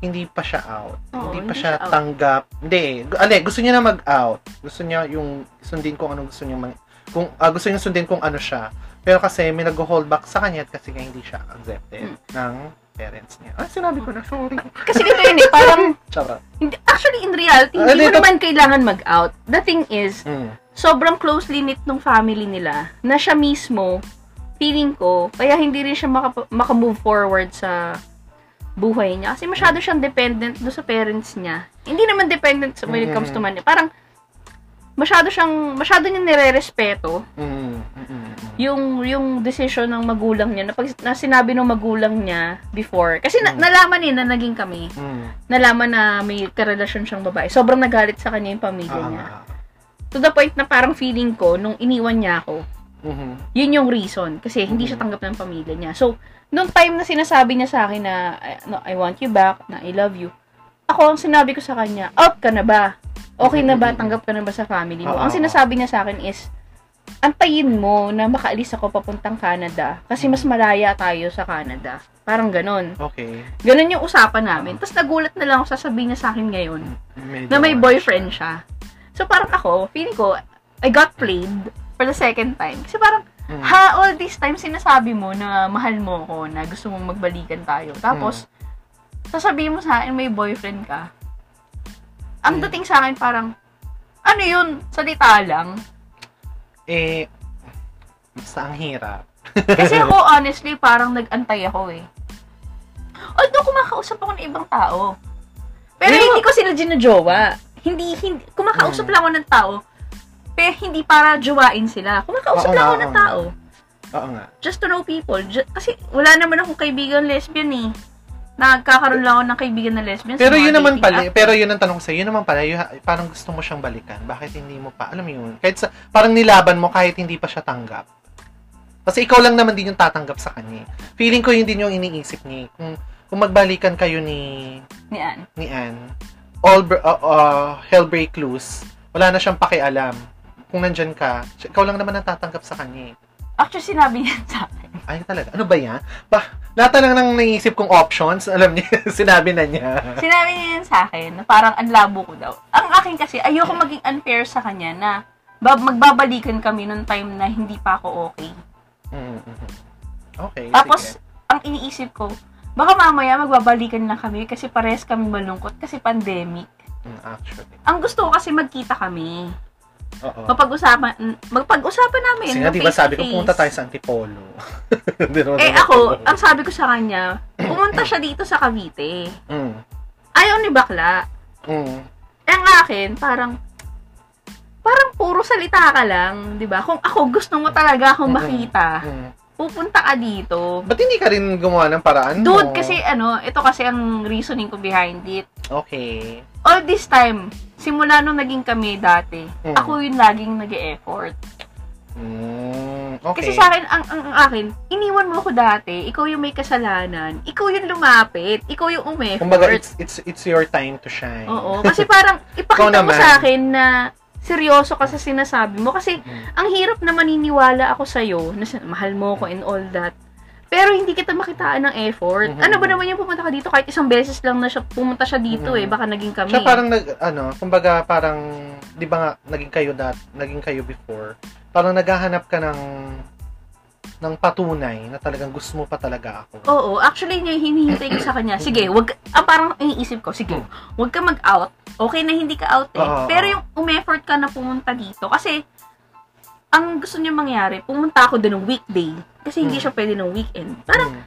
B: hindi pa siya out.
A: Oo,
B: hindi
A: Oh,
B: pa
A: hindi
B: siya,
A: siya out.
B: tanggap. Hindi eh. Gu- Ale, gusto niya na mag-out. Gusto niya yung sundin kung ano gusto niya mang- kung ah, gusto niya sundin kung ano siya. Pero kasi may nag-hold back sa kanya at kasi nga hindi siya accepted
A: Hmm.
B: ng parents niya. Ah, sinabi ko na, sorry.
A: Kasi ganito yun eh, parang
B: Charot.
A: hindi, actually in reality,
B: Ah,
A: hindi mo
B: dito-
A: naman kailangan mag-out. The thing is,
B: Mm.
A: sobrang closely knit nung family nila na siya mismo, feeling ko, kaya hindi rin siya maka- makamove forward sa buhay niya. Kasi masyado siyang dependent do sa parents niya. Hindi naman dependent sa- when it comes to money. Parang, masyado siyang, masyado niyang nire-respeto
B: Mm. Mm. Mm.
A: yung, yung decision ng magulang niya na, pag, na sinabi ng magulang niya before. Kasi na,
B: Mm.
A: nalaman eh na naging kami.
B: Mm.
A: Nalaman na may karelasyon siyang babae. Sobrang nagalit sa kanya yung pamilya
B: Ah,
A: niya.
B: ah,
A: To the point na parang feeling ko, nung iniwan niya ako,
B: ah. Mhm.
A: yun yung reason kasi hindi siya tanggap ng pamilya niya. So, nung time na sinasabi niya sa akin na I- no, I want you back, na I love you. Ako ang sinabi ko sa kanya, out ka na ba? Okay na ba? Tanggap ka na ba sa family mo?
B: Oo,
A: Ang
B: oo.
A: sinasabi niya sa akin is, antayin mo na makaalis ako papuntang Canada kasi mas malaya tayo sa Canada. Parang ganon.
B: Okay.
A: Ganon yung usapan namin. Tapos nagulat na lang ako sasabihin niya sa akin ngayon
B: Medyo
A: na may
B: wala
A: boyfriend siya. So parang ako, feeling ko, I got played for the second time. Kasi parang,
B: siya. Mm.
A: ha, all this time sinasabi mo na mahal mo ko, na gusto mong magbalikan tayo. Tapos, sasabihin mo sa akin may boyfriend ka. Ang
B: Mm.
A: dating sa akin parang, ano yun, salita lang.
B: Eh, basta ang hirap.
A: Kasi ako, honestly, parang nag-antay ako eh. Although, kumakausap ako ng ibang tao. Pero
B: Pero-
A: hindi Hmm. ko sila ginajowa. Hindi, hindi, kumakausap
B: Mm.
A: lang ako ng tao. Pero hindi para jowain sila. Kumakausap
B: Oo
A: lang
B: nga,
A: ako ng
B: oo nga.
A: tao.
B: Oo nga.
A: Just to know people. Ju- kasi wala naman akong kaibigan lesbian eh. Nagkakaroon lang ako ng kaibigan na lesbian. sa
B: Pero
A: mga
B: yun naman
A: dating
B: pala,
A: app.
B: pero yun ang tanong sa'yo, yun naman pala, yun, parang gusto mo siyang balikan. Bakit hindi mo pa, alam mo yun, kahit sa, parang nilaban mo kahit hindi pa siya tanggap. Kasi ikaw lang naman din yung tatanggap sa kanya. eh. Feeling ko yun din yung iniisip niya. eh. Kung, kung magbalikan kayo ni,
A: Yan.
B: ni Anne, all br- uh, uh, hell break loose, wala na siyang pakialam. Kung nandyan ka, siya- ikaw lang naman ang tatanggap sa kanya. eh.
A: Actually, sinabi niya sa akin.
B: Ay, talaga. Ano ba yan? Ba, lahat na lang nang naisip kong options, alam niya, sinabi na niya.
A: Sinabi niya yan sa akin na parang ang labo ko daw. Ang akin kasi, ayoko maging unfair sa kanya na bab- magbabalikan kami nung time na hindi pa ako okay.
B: Mm, mhm. Mm-hmm. Okay,
A: Tapos, ang iniisip ko, baka mamaya magbabalikan na kami kasi pares kami malungkot kasi pandemic.
B: Mm, actually.
A: Ang gusto ko kasi magkita kami.
B: Oo.
A: Mapag-usapan, magpag-usapan namin.
B: Oh. Kasi nga,
A: no,
B: di ba
A: face to
B: sabi ko,
A: face.
B: punta tayo sa Antipolo. Di naman
A: Eh
B: naman
A: ako,
B: tayo.
A: ang sabi ko sa kanya, pumunta siya dito sa Cavite.
B: Mm.
A: Ayaw ni bakla.
B: Mm.
A: Eh, ang akin, parang, parang puro salita ka lang, di ba? Kung ako, gusto mo talaga akong
B: Mm-mm.
A: makita,
B: Mm.
A: pupunta ka dito.
B: Ba't hindi ka rin gumawa ng paraan mo?
A: Dude, kasi ano, ito kasi ang reasoning ko behind it.
B: Okay.
A: All this time, simula nung naging kami dati,
B: Mm.
A: ako yung laging nag effort
B: Mm. Okay.
A: Kasi sa akin, ang, ang, ang akin, iniwan mo ako dati, ikaw yung may kasalanan, ikaw yung lumapit, ikaw yung umeffort.
B: Kumbaga, it's, it's, it's your time to shine.
A: Eh, Oo, kasi parang ipakita
B: Ikaw
A: mo
B: naman.
A: sa akin na seryoso ka sa sinasabi mo. Kasi
B: Mm.
A: ang hirap na maniniwala ako sa'yo na sa- mahal mo ko and all that. Pero hindi kita makitaan ng effort.
B: Mhm.
A: Ano ba naman yung pumunta ka dito? Kahit isang beses lang na siya, pumunta siya dito
B: Mhm.
A: eh. Baka naging kami.
B: Siya parang nag ano, kumbaga parang 'di ba nga naging kayo dat, naging kayo before. Parang naghahanap ka ng ng patunay na talagang gusto mo pa talaga ako.
A: Oo, actually, yun yung hinihintay ko sa kanya. Sige, wag, ah, parang iniisip ko, sige, wag ka mag-out. Okay na hindi ka out eh.
B: Oo.
A: Pero yung umeffort ka na pumunta dito, kasi, ang gusto niya mangyari, pumunta ako din ng weekday. Kasi hindi
B: Mm.
A: siya pwede ng weekend. Parang,
B: Mm.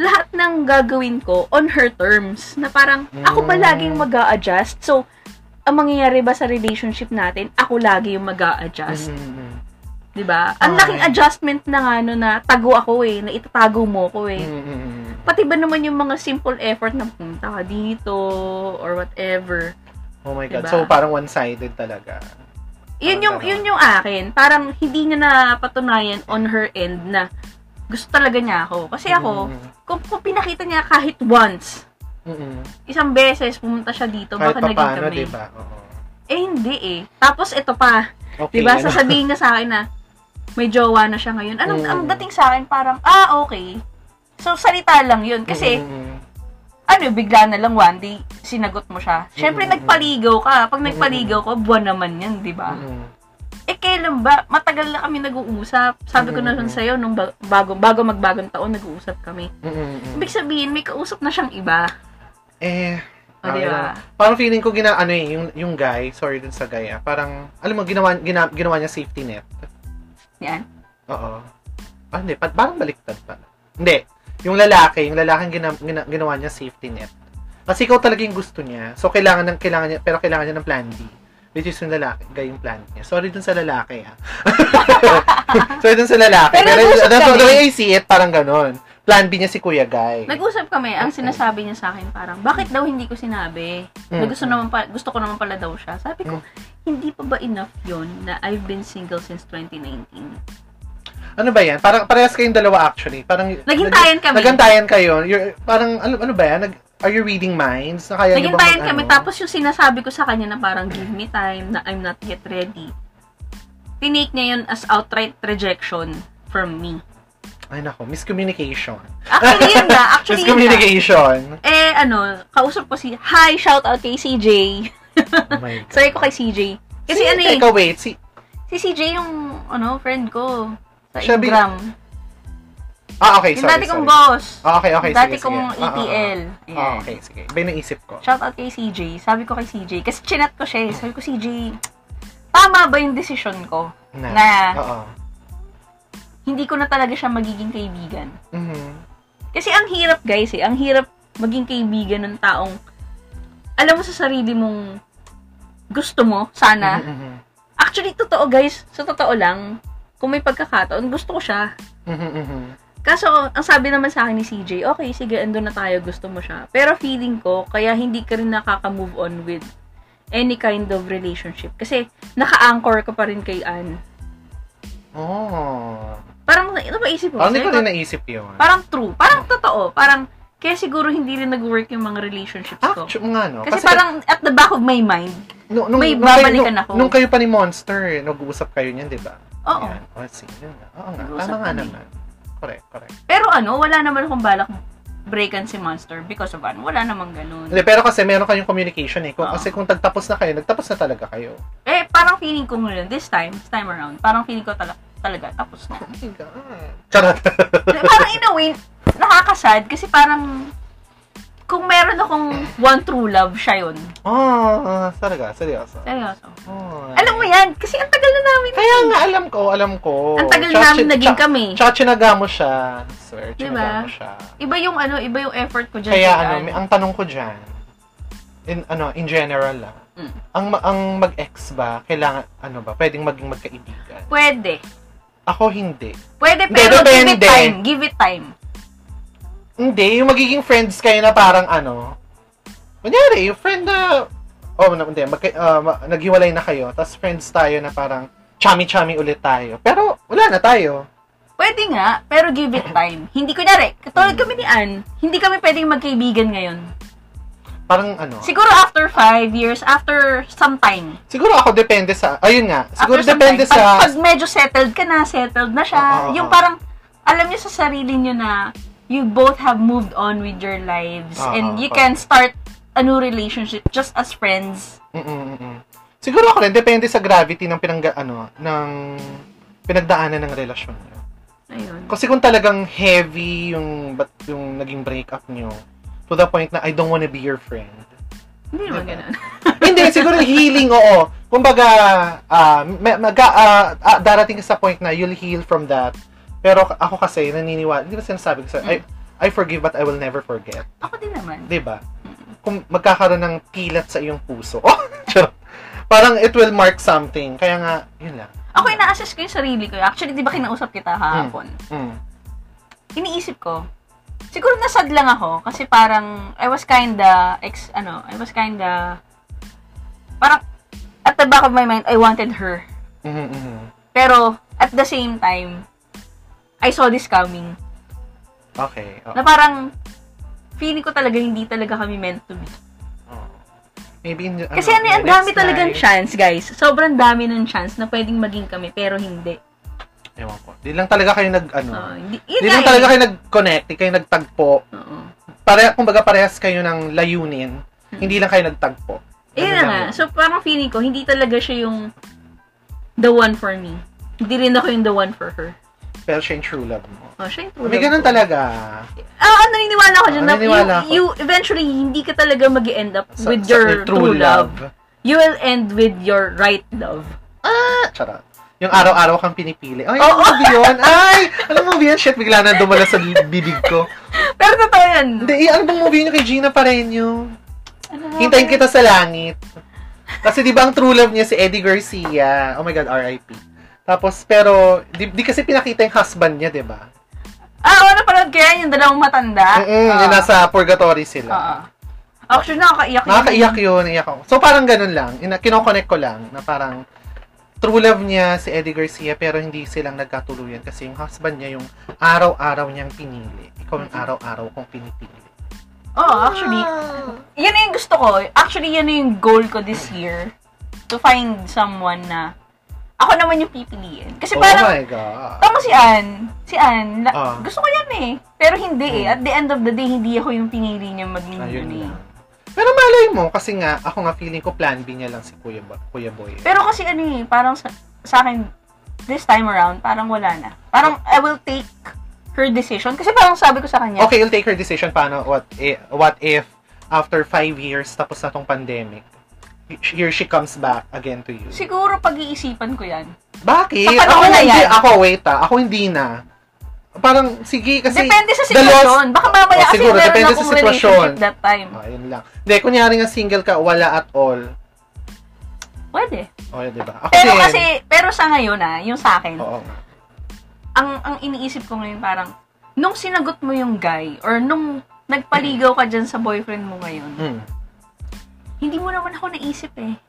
A: lahat ng gagawin ko on her terms. Na parang, ako pa
B: Mm.
A: laging mag adjust So, ang mangyayari ba sa relationship natin, ako lagi yung mag adjust
B: Mm, mm,
A: di ba? Ang
B: Ah, Okay.
A: laking adjustment na nga no, na tago ako eh, na itatago mo ako
B: mm.
A: eh.
B: Mm, mm, mm.
A: Pati ba naman yung mga simple effort na pumunta ka dito or whatever.
B: Oh my god.
A: Diba?
B: So parang one-sided talaga.
A: Yun
B: Parang
A: yung,
B: ganon.
A: yun yung akin. Parang hindi niya napatunayan on her end na gusto talaga niya ako. Kasi ako,
B: Mm,
A: kung, kung pinakita niya kahit once,
B: mm, mm.
A: isang beses pumunta siya dito,
B: Kahit
A: baka naging
B: diba? pa paano,
A: kami.
B: 'di ba? Oo.
A: Eh, hindi eh. Tapos ito pa,
B: Okay.
A: 'di ba?
B: ano?
A: Sasabihin niya Diba, sa akin na may jowa na siya ngayon. Anong
B: Mm.
A: ang dating sa akin parang, ah, okay. So, salita lang yun. Kasi,
B: Mm, mm, mm.
A: ano, bigla na lang one day, sinagot mo siya. Siyempre,
B: Mm.
A: nagpaligaw ka. Pag
B: Mm.
A: nagpaligaw ka, buwan naman yan, di ba?
B: Mm, mm.
A: Eh, kailan ba? Matagal na kami nag-uusap. Sabi ko na
B: Mm.
A: rin sa'yo, nung ba- bago, bago magbagong taon, nag-uusap kami.
B: Mm, mm, mm.
A: Ibig sabihin, may kausap na siyang iba.
B: Eh,
A: O, diba? di ba?
B: Parang feeling ko gina ano eh, yung yung guy, sorry dun sa guy. ah, Parang alam mo ginawa gina, ginawa niya safety net.
A: Yan.
B: Oo. Ah, hindi. Pa- parang baliktad pala. Hindi. Yung lalaki, yung lalaking gina, gina- ginawa niya safety net. Kasi ikaw talaga yung gusto niya. So, kailangan ng, kailangan niya, pero kailangan niya ng plan B. Which is yung lalaki, guy yung plan niya. Sorry dun sa lalaki, ha? Sorry dun sa lalaki.
A: Pero
B: Pero, yung-
A: nag-usap
B: that's
A: kami.
B: the way I see it, parang ganun. Plan B niya si Kuya Guy.
A: Nag-usap kami, ang sinasabi niya sa akin parang, bakit daw hindi ko sinabi? Na
B: Mm.
A: gusto, naman pa, gusto ko naman pala daw siya. Sabi ko,
B: Mm.
A: hindi pa ba enough yon na I've been single since 2019?
B: Ano ba yan? Parang parehas kayong dalawa actually. Parang
A: Naghintayan
B: nag-
A: kami.
B: Naghintayan kayo. You're, parang ano, ano ba yan? Nag, are you reading minds? Na kaya niyo bang
A: Naghintayan
B: mag-
A: kami,
B: ano?
A: tapos yung sinasabi ko sa kanya na parang, give me time, na I'm not yet ready. Tinake niya yun as outright rejection from me.
B: ay nako, miscommunication.
A: Actually, yun na. Actually, yun na.
B: miscommunication.
A: Eh, ano, kausap ko si, hi, shout out kay CJ.
B: Oh my God.
A: Sorry ko kay CJ. Kasi
B: si,
A: ano eh,
B: Teka, wait. Si,
A: si CJ yung, ano, friend ko. Sa
B: Siya bi-
A: Instagram.
B: ah, okay.
A: yung
B: sorry,
A: dati kong
B: sorry.
A: boss.
B: Ah, okay, okay.
A: dati
B: sige,
A: kong E
B: sige. Ah, ah, ah.
A: ETL.
B: Ah,
A: Ayan.
B: okay, sige. Iba yung naisip ko.
A: Shout out kay CJ. Sabi ko kay CJ, kasi chinat ko siya eh. Sabi ko, CJ, tama ba yung decision ko? Na,
B: Oo.
A: hindi ko na talaga siya magiging kaibigan.
B: Mhm.
A: Kasi ang hirap guys eh, ang hirap maging kaibigan ng taong, alam mo sa sarili mong gusto mo, sana.
B: Mhm, mhm.
A: Actually, totoo guys, sa totoo lang, kung may pagkakataon, gusto ko siya.
B: Mhm, mhm.
A: Kaso, ang sabi naman sa akin ni CJ, okay, sige, andun na tayo, gusto mo siya. Pero feeling ko, kaya hindi ka rin nakaka-move on with any kind of relationship. Kasi, naka-anchor ka pa rin kay Ann.
B: Oh.
A: Parang, ano ba isip mo?
B: Parang hindi ko
A: Sabi
B: rin
A: ko,
B: naisip yun.
A: parang true. Parang totoo. Parang, kaya siguro hindi rin nag-work yung mga relationships ko.
B: Actually, ano, nga, no?
A: Kasi, parang at the back of my mind,
B: nung, nung,
A: may
B: nung kayo-
A: babalikan
B: nung-
A: ako.
B: Nung kayo pa ni Monster, eh, nag-uusap kayo niyan, di ba?
A: oo.
B: Yan. Oh, sige. Yun nga. Oo nga.
A: Nag-uusap
B: Tama nga
A: kami.
B: naman. Correct, correct.
A: Pero ano, wala naman akong balak breakan si Monster because of Ann. Wala namang ganun.
B: Hindi, pero kasi meron kayong communication eh. Kung,
A: Oo.
B: Kasi kung tagtapos na kayo, nagtapos na talaga kayo.
A: Eh, parang feeling ko ngayon, this time, this time around, parang feeling ko tala- talaga, tapos na.
B: Oh my God. Charot.
A: parang in a way, nakakasad kasi parang kung meron akong one true love, siya yun.
B: Oh, talaga, seryoso.
A: Seryoso.
B: Oh.
A: Alam mo yan, kasi ang tagal na namin.
B: Kaya nga, alam ko, alam ko.
A: Ang tagal
B: Tsaka
A: namin
B: tsin-
A: naging
B: tsaka-
A: kami.
B: Tsaka chinaga mo siya. Sir, chinaga
A: Diba?
B: mo siya.
A: Iba yung ano, iba yung effort ko dyan.
B: Kaya
A: Julian.
B: ano, may- ang tanong ko dyan, in, ano, in general lang,
A: Mm.
B: ang, ma- ang mag-ex ba, kailangan, ano ba, pwedeng maging magkaibigan?
A: Pwede.
B: Ako hindi.
A: Pwede,
B: Hindi,
A: pero give it
B: depende.
A: time. Give it time.
B: Hindi, yung magiging friends kayo na parang ano, kunyari, yung friend na, oh, na, hindi, magka, ah, ma- naghiwalay na kayo, tapos friends tayo na parang, chami-chami ulit tayo. Pero, wala na tayo.
A: Pwede nga, pero give it time. Hindi ko na Katulad kami ni Ann, hindi kami pwedeng magkaibigan ngayon.
B: Parang ano.
A: Siguro after five years, after some time.
B: Siguro ako depende sa, ayun nga, siguro
A: after some
B: depende
A: time. Pag,
B: sa,
A: pag medyo settled ka na, settled na siya.
B: Oo, oo,
A: yung
B: oo.
A: parang, alam niyo sa sarili niyo na you both have moved on with your lives
B: Oo,
A: and you
B: oo.
A: can start a new relationship just as friends.
B: Mm-mm-mm. Siguro ako rin, depende sa gravity ng pinangga, ano, ng pinagdaanan ng relasyon nyo.
A: Ayun.
B: Kasi kung talagang heavy yung, bat, yung naging breakup nyo, to the point na I don't wanna be your friend.
A: Hindi naman
B: Diba?
A: ganun.
B: Hindi, siguro healing, oo. Kumbaga, ah, ma- mag, ah, ah, darating ka sa point na you'll heal from that. Pero ako kasi, naniniwala, hindi ba sinasabi ko sa, I, I forgive but I will never forget.
A: Ako din naman.
B: 'di ba? Diba? Kung magkakaroon ng pilat sa iyong puso. Oh, charot. Parang it will mark something. Kaya nga, yun lang.
A: Ako ina-assess ko yung sarili ko. Actually, di ba kinausap kita hapon?
B: Mm.
A: iniisip ko, siguro nasad lang ako kasi parang I was kinda ex ano, I was kinda parang at the back of my mind I wanted her.
B: Mhm, mhm.
A: Pero at the same time I saw this coming.
B: Okay. oh. oo.
A: Na parang feeling ko talaga hindi talaga kami meant to be.
B: Ano, Oo. Oh. Maybe in,
A: Kasi ano,
B: in
A: ang
B: the
A: dami
B: next
A: talagang
B: life.
A: chance, guys. Sobrang dami ng chance na pwedeng maging kami pero hindi.
B: Ewan ko. Di lang talaga kayo nag, ano,
A: Oo, hindi,
B: di
A: Oh. yun
B: lang
A: nga
B: talaga
A: eh.
B: kayo nag-connect, di kayo nagtagpo.
A: Oo.
B: Pare, kumbaga parehas kayo ng layunin. Hindi lang kayo nagtagpo.
A: Hmm. Yun
B: Ganun
A: na
B: lang
A: nga.
B: yun.
A: So, parang feeling ko, hindi talaga siya yung the one for me. Hindi rin ako yung the one for her.
B: Pero siya yung true love mo.
A: Oh, siya yung tulad
B: May ganun
A: ko.
B: talaga.
A: Ah, ah, naniniwala ako dyan.
B: Ah,
A: na
B: naniniwala ako.
A: you, you, eventually, hindi ka talaga mag end up
B: Sa-
A: with
B: sa-
A: your true, love.
B: love.
A: You will end with your right love.
B: Ah! Charot. Yung araw-araw kang pinipili. Ay,
A: Oo.
B: alam mo ba yun? Ay! Alam mo ba yun? Shit, bigla na dumala sa bibig ko.
A: Pero totoo yan.
B: Hindi, eh, ano bang movie niyo kay Gina Pareño?
A: Ano nga
B: Hintayin
A: ba yun?
B: kita sa langit. Kasi di ba ang true love niya si Eddie Garcia? Oh my God, R.I.P. Tapos, pero, di, di kasi pinakita yung husband niya, di ba?
A: Ah, ano panood ko yan? Yung dalawang matanda?
B: Mm-mm,
A: Ah,
B: yung nasa purgatory sila.
A: ah, ah. Actually, nakakaiyak yun.
B: Nakakaiyak yun, iyak ako. So, parang ganun lang. Ina- kinoconnect ko lang na parang true love niya si Eddie Garcia pero hindi silang nagkatuluyan kasi yung husband niya yung araw-araw niyang pinili. Ikaw yung araw-araw kong pinipili.
A: Oo, oh, actually. Yan na yung gusto ko. Actually, yan na yung goal ko this year. To find someone na ako naman yung pipiliin. Kasi
B: oh
A: parang,
B: my God.
A: tama si Ann. Si Ann, la-
B: Ah. Mm.
A: gusto ko yan eh. Pero hindi eh. At the end of the day, hindi ako yung pinili niya maging
B: Ayun
A: yun eh.
B: lang. Pero malay mo, kasi nga, ako nga feeling ko plan B niya lang si Kuya, Bo- Kuya Boy. eh.
A: Pero kasi ano eh, parang sa, sa akin, this time around, parang wala na. Parang I will take her decision. Kasi parang sabi ko sa kanya,
B: Okay, you'll take her decision paano, what if, what if after five years, tapos na tong pandemic, here she comes back again to you.
A: siguro pag-iisipan ko yan. Sa
B: Bakit?
A: panahon
B: ako
A: na
B: hindi,
A: yan.
B: ako, wait ah. Ako hindi na. Parang, sige, kasi...
A: Depende sa
B: the laws-
A: sitwasyon. Baka mamaya
B: Oh,
A: kasi
B: siguro,
A: meron
B: depende sa
A: akong
B: sitwasyon.
A: relationship that time.
B: Ah, yun lang. Hindi, kunyari nga single ka, wala at all.
A: Pwede.
B: O, yun, Oh. diba? Ako
A: Pero
B: din.
A: kasi, pero sa ngayon ah, yung sa akin,
B: Oo.
A: ang, ang iniisip ko ngayon parang, nung sinagot mo yung guy, or nung nagpaligaw ka dyan sa boyfriend mo ngayon,
B: Mm.
A: hindi mo naman ako naisip eh.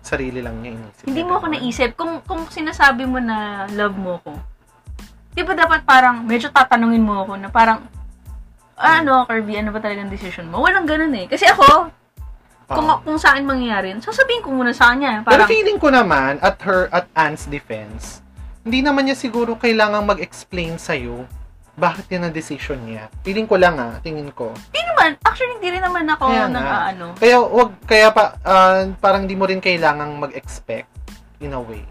B: Sarili lang niya inisip.
A: Hindi
B: niya
A: mo ako
B: naman.
A: naisip. Kung, kung sinasabi mo na love mo ko, di ba dapat parang medyo tatanungin mo ako na parang, "Ah, ano, Kirby, ano ba talagang decision mo? Walang ganun eh. Kasi ako,
B: Oo.
A: kung, kung sa akin mangyayari, yun, sasabihin ko muna sa kanya.
B: Ah. Pero
A: Parang,
B: feeling ko naman, at her, at Anne's defense, hindi naman niya siguro kailangang mag-explain sa'yo bakit yan ang decision niya. Feeling ko lang ah, tingin ko.
A: di naman, actually, hindi rin naman ako
B: Kaya
A: nang
B: nga.
A: ano.
B: Kaya wag kaya pa ah, parang di mo rin kailangang mag-expect in a way.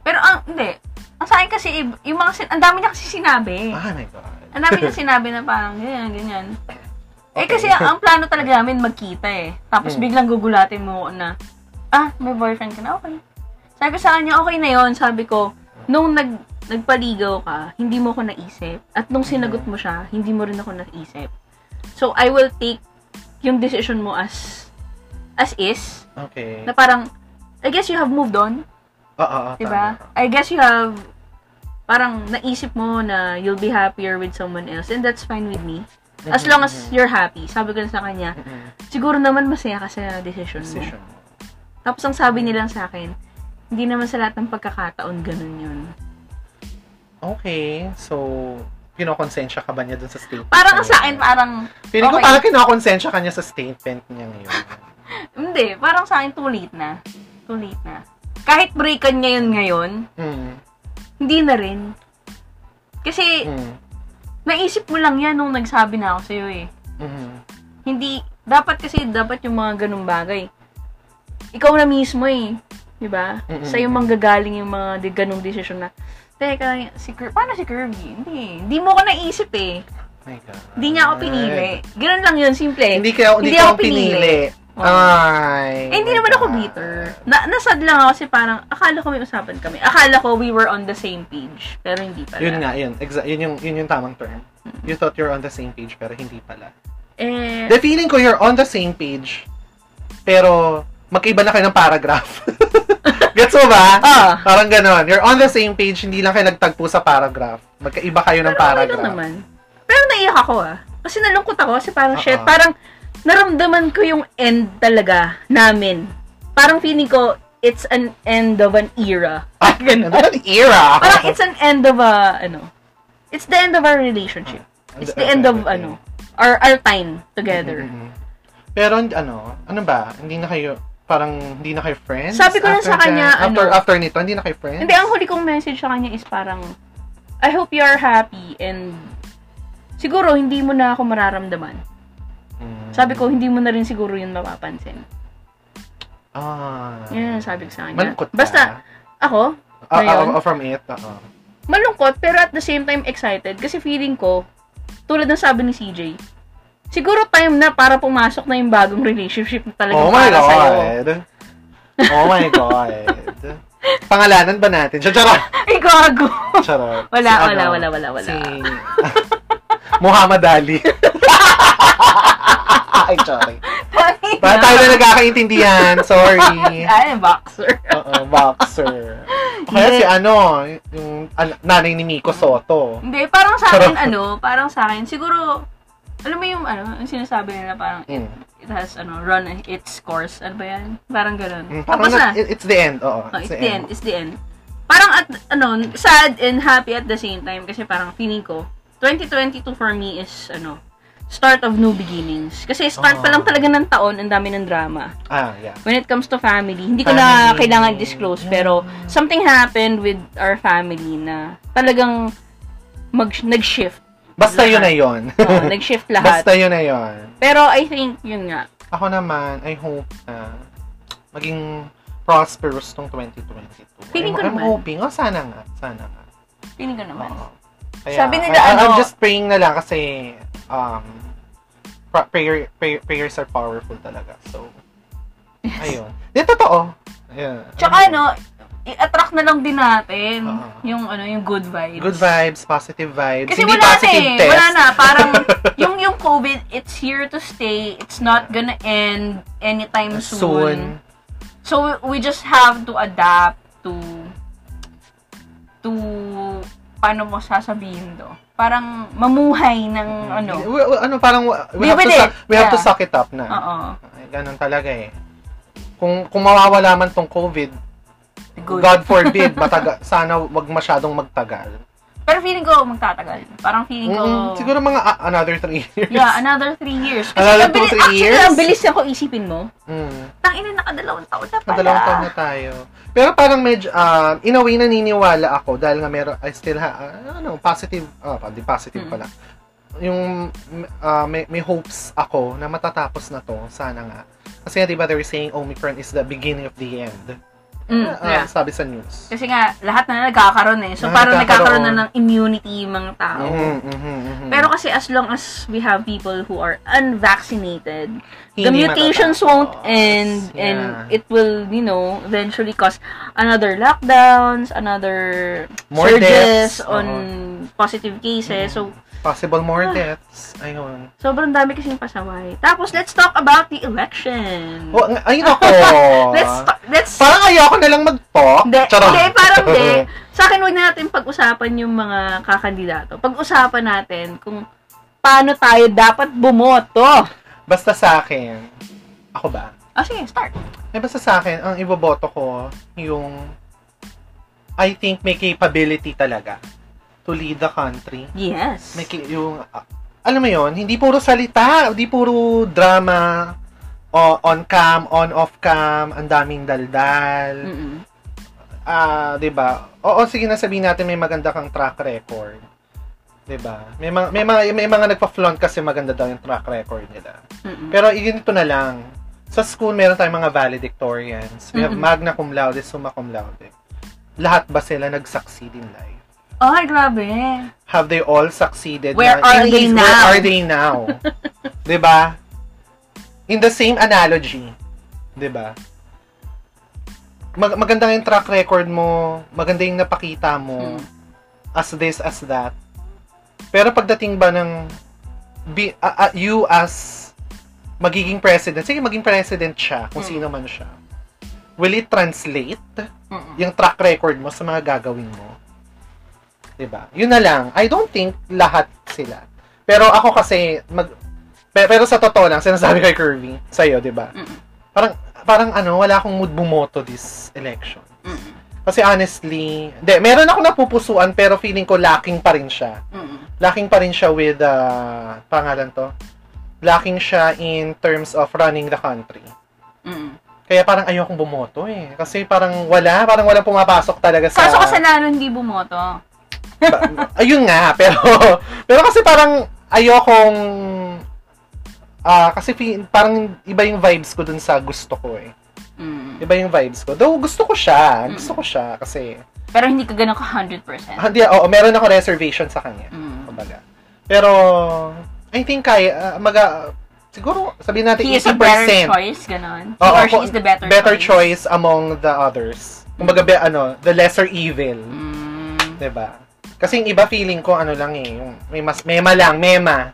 A: Pero ang, hindi. Ang Ang sa akin kasi, ib- yung mga, sin- ang dami niya kasi sinabi.
B: Ah, my God.
A: Ang dami niya sinabi na parang, ganyan, ganyan. Eh
B: Okay.
A: kasi ang, ang plano talaga namin magkita eh. Tapos
B: Mm.
A: biglang gugulatin mo ako na, ah, may boyfriend ka na, okay. Sabi ko sa kanya, okay na yon Sabi ko, nung nag, nagpaligaw ka, hindi mo ako naisip. At nung sinagot mo siya, hindi mo rin ako naisip. So, I will take yung decision mo as as is.
B: Okay.
A: Na parang, I guess you have moved on.
B: Oo, oo, tama.
A: Diba? I guess you have parang naisip mo na you'll be happier with someone else and that's fine with me. As
B: Mhm,
A: long as
B: mhm.
A: you're happy. Sabi ko na sa kanya,
B: Mhm.
A: siguro naman masaya ka sa decision mo.
B: Decision.
A: Tapos ang sabi nilang sa akin, hindi naman sa lahat ng pagkakataon ganun yun.
B: Okay, so, kinokonsensya ka ba niya dun sa statement?
A: Parang
B: niya?
A: sa akin, parang,
B: Feeling ko
A: okay.
B: parang kinokonsensya ka niya sa statement niya ngayon.
A: hindi, parang sa akin too late na. Too late na. Kahit breakan niya yun ngayon,
B: mm,
A: hindi na rin. Kasi,
B: mm,
A: naisip mo lang yan nung nagsabi na ako sa'yo eh.
B: mm,
A: Hindi, dapat kasi, dapat yung mga ganun bagay. Ikaw na mismo eh. Di ba?
B: Mm-mm.
A: Sa'yo manggagaling yung mga de, ganung desisyon na, Teka, si Kirby, paano si Kirby? Hindi, hindi mo ko naisip eh.
B: my God.
A: Hindi niya ako pinili. Ganun lang yun, simple.
B: Hindi ka,
A: Hindi
B: hindi, ka
A: ako
B: ako pinili.
A: Oo.
B: Ay.
A: eh, hindi
B: my
A: naman ako
B: God.
A: bitter. Na nasad lang ako kasi parang, akala ko may usapan kami. Akala ko we were on the same page. Pero hindi pala.
B: Yun nga, yun. Exa- yun, yung, yun yung tamang term. You thought you're on the same page, pero hindi pala.
A: Eh,
B: The feeling ko you're on the same page, pero magkaiba na kayo ng paragraph. Gets mo ba?
A: Ah.
B: Parang ganon. You're on the same page, hindi lang kayo nagtagpo sa paragraph. Magkaiba kayo ng
A: pero okay
B: paragraph.
A: lang naman. Pero naiyak ako ah. Kasi nalungkot ako kasi parang
B: Oo.
A: shit. Parang naramdaman ko yung end talaga namin. Parang feeling ko, it's an end of an era.
B: Ah, ganun. An era.
A: Parang it's an end of a, ano, it's the end of our relationship.
B: Ah,
A: It's the end of, ano, our, our time together.
B: Mm-mm. Pero ano, ano ba? Hindi na kayo parang hindi na kayo friends?
A: Sabi ko na sa
B: After
A: kanya,
B: dyan- after,
A: ano-
B: after nito, hindi na kayo friends?
A: Hindi, ang huli kong message sa kanya is parang, I hope you are happy and siguro hindi mo na ako mararamdaman.
B: Mm.
A: Sabi ko, hindi mo na rin siguro yun mapapansin.
B: Ah.
A: Yun ang sabi ko sa kanya.
B: Malungkot ka?
A: Basta, ako,
B: Ah,
A: ngayon.
B: ah, ah, from it? Oo.
A: malungkot pero at the same time excited kasi feeling ko, tulad ng sabi ni CJ, siguro time na para pumasok na yung bagong relationship na talagang
B: Oh my
A: para sa'yo.
B: God! Oh my God! Pangalanan ba natin? Siya, charot!
A: Ay, gago!
B: Charot.
A: Wala,
B: Si
A: wala, wala, wala, wala.
B: ano? Si Muhammad Ali. Ay, sorry. Para tayo na nagkakaintindihan. Sorry.
A: Ay, boxer.
B: Oo, boxer. O Kaya
A: Hindi.
B: si ano, yung an- nanay ni Miko Soto.
A: Hindi, parang sa akin,
B: Charot.
A: ano, parang sa akin, siguro, alam mo yung, ano, yung sinasabi nila parang,
B: Mm.
A: it has, ano, run its course. Ano ba yan? Parang ganun.
B: Mm, Parang
A: Tapos
B: na,
A: na.
B: it- it's the end. Oo,
A: Oh, it's the end. It's the end. Parang at, ano, sad and happy at the same time kasi parang feeling ko, 2022 for me is, ano, start of new beginnings. Kasi start pa lang
B: Oh.
A: talaga ng taon, ang dami ng drama.
B: Ah, yeah.
A: When it comes to family, hindi ko na
B: Family.
A: kailangan disclose, pero something happened with our family na talagang mag, nag-shift.
B: Basta yun na
A: Lahat.
B: yun.
A: Oo, nag-shift lahat.
B: Basta yun na yun.
A: Pero I think, yun nga,
B: Ako naman, I hope na maging prosperous tong 2022.
A: Feeling ko
B: I'm, I'm
A: naman.
B: hoping. Oh, sana nga. Sana nga.
A: feeling ko naman.
B: Oo. Kaya,
A: Sabi nila,
B: I- I- I'm
A: ano-
B: just praying na lang kasi um, pra- prayer, prayer, prayers are powerful talaga. So, ayun. Di, totoo. Yeah.
A: Tsaka ano, i-attract na lang din natin
B: Oo.
A: yung ano yung good vibes.
B: Ah. Good vibes, positive vibes.
A: Kasi
B: hindi
A: wala na
B: positive
A: eh.
B: test.
A: Wala na. Parang yung yung COVID, it's here to stay. It's not gonna end anytime soon.
B: Soon.
A: So we- we just have to adapt to to paano mo sasabihin do? Parang mamuhay ng ano.
B: We- we- ano, parang we- we,
A: Live
B: have to,
A: with
B: suck,
A: it.
B: we have to
A: Yeah.
B: suck it up na.
A: Oo.
B: Ay, ganun talaga eh. Kung, kung mawawala man tong COVID,
A: Good.
B: God forbid, mataga, sana wag masyadong magtagal.
A: Pero feeling ko magtatagal. Parang feeling ko
B: Mm, siguro mga ah, another three years.
A: Yeah, another three years. Kasi
B: Another
A: ang
B: two,
A: bilis-
B: three
A: actually,
B: years?
A: ang bilis ako isipin mo.
B: Mm.
A: Tangina, nakadalawang taon na pala.
B: Madalawang taon na tayo. Pero parang medyo, um, in a way, naniniwala ako dahil nga meron, I still ha, ah, ano, positive, ah, di positive
A: Mm.
B: pala. Yung, ah, may, may hopes ako na matatapos na to, sana nga. Kasi nga, di ba, they were saying Omicron is the beginning of the end.
A: Mm,
B: Ah,
A: yeah.
B: Sabi sa news.
A: Kasi nga, lahat na nagkakaroon eh. So,
B: Ah,
A: parang nagkakaroon na
B: nagkakaroon.
A: ng immunity yung mga tao.
B: Mhm, mhm, mhm.
A: Pero kasi as long as we have people who are unvaccinated, the
B: Hindi
A: mutations
B: matatapos.
A: won't end and
B: Yeah.
A: it will, you know, eventually cause another lockdowns, another
B: More
A: surges
B: deaths,
A: on Ah. positive
B: Mhm.
A: cases. So,
B: Possible more deaths. Ayun.
A: sobrang dami kasing pasaway. Tapos, let's talk about the election.
B: Well, ayun ako.
A: let's ta- let's
B: Oh, ah. Parang ayoko na lang mag-talk.
A: Hindi,
B: Charot.
A: hindi, parang hindi. Sa akin, huwag na natin pag-usapan yung mga kakandidato. Pag-usapan natin kung paano tayo dapat bumoto.
B: Basta sa akin, ako ba?
A: Ah, sige, start.
B: Eh, basta sa akin, ang iboboto ko, yung I think may capability talaga to lead the country.
A: Yes.
B: May ki- yung, ah, alam mo yon hindi puro salita, hindi puro drama, o on cam, on off cam, ang daming daldal.
A: Mm-mm.
B: Ah, 'di ba? Oo, sige na sabihin natin may maganda kang track record. 'Di ba? May mga may mga may mga nagpa-flaunt kasi maganda daw yung track record nila.
A: Mm-mm.
B: Pero ganito na lang. Sa school, meron tayong mga valedictorians. We have
A: Mhm.
B: magna cum laude, summa cum laude. Lahat ba sila nag-succeed in life?
A: Ay, grabe.
B: Have they all succeeded?
A: Where
B: na-
A: are they
B: in-
A: now?
B: Where are they now? 'Di ba? In the same analogy, 'di ba? Mag- maganda nga yung track record mo, maganda yung napakita
A: Mm.
B: mo as this as that. Pero pagdating ba ng bi- a- a- you as magiging president, sige maging president siya, kung
A: Mm.
B: sino man siya. Will it translate?
A: Mm-mm.
B: yung track record mo sa mga gagawin mo. 'Di ba? Yun na lang. I don't think lahat sila. Pero ako kasi mag pe- pero sa totoo lang sinasabi kay Curvy sa 'di ba?
A: Mm-mm.
B: Parang parang ano, wala akong mood bumoto this election.
A: Mm-mm.
B: Kasi honestly, de, meron ako napupusuan pero feeling ko lacking pa rin siya.
A: Mm-mm.
B: Lacking pa rin siya with ah, pangalan to. Lacking siya in terms of running the country.
A: Mm-mm.
B: Kaya parang ayokong bumoto eh. Kasi parang wala, parang walang pumapasok talaga sa...
A: Kaso kasalanan hindi bumoto.
B: Ba- ayun nga, pero pero kasi parang ayokong ah kasi fi- parang iba yung vibes ko dun sa gusto ko eh.
A: Mm.
B: Iba yung vibes ko. Though gusto ko siya, gusto ko siya kasi ah,
A: Pero hindi ka ganun ka 100%.
B: hindi oo, meron ako reservation sa kanya,
A: Mm.
B: kumbaga. Pero I think kaya mag siguro sabihin natin
A: He is a better
B: 80%.
A: choice, ganun.
B: Oo,
A: or she
B: ako-
A: is the better,
B: better choice among the others. Kumbaga be, ano, the lesser evil.
A: Mm.
B: 'di ba? Diba? Kasi yung iba feeling ko ano lang eh, yung may mas mema lang, mema.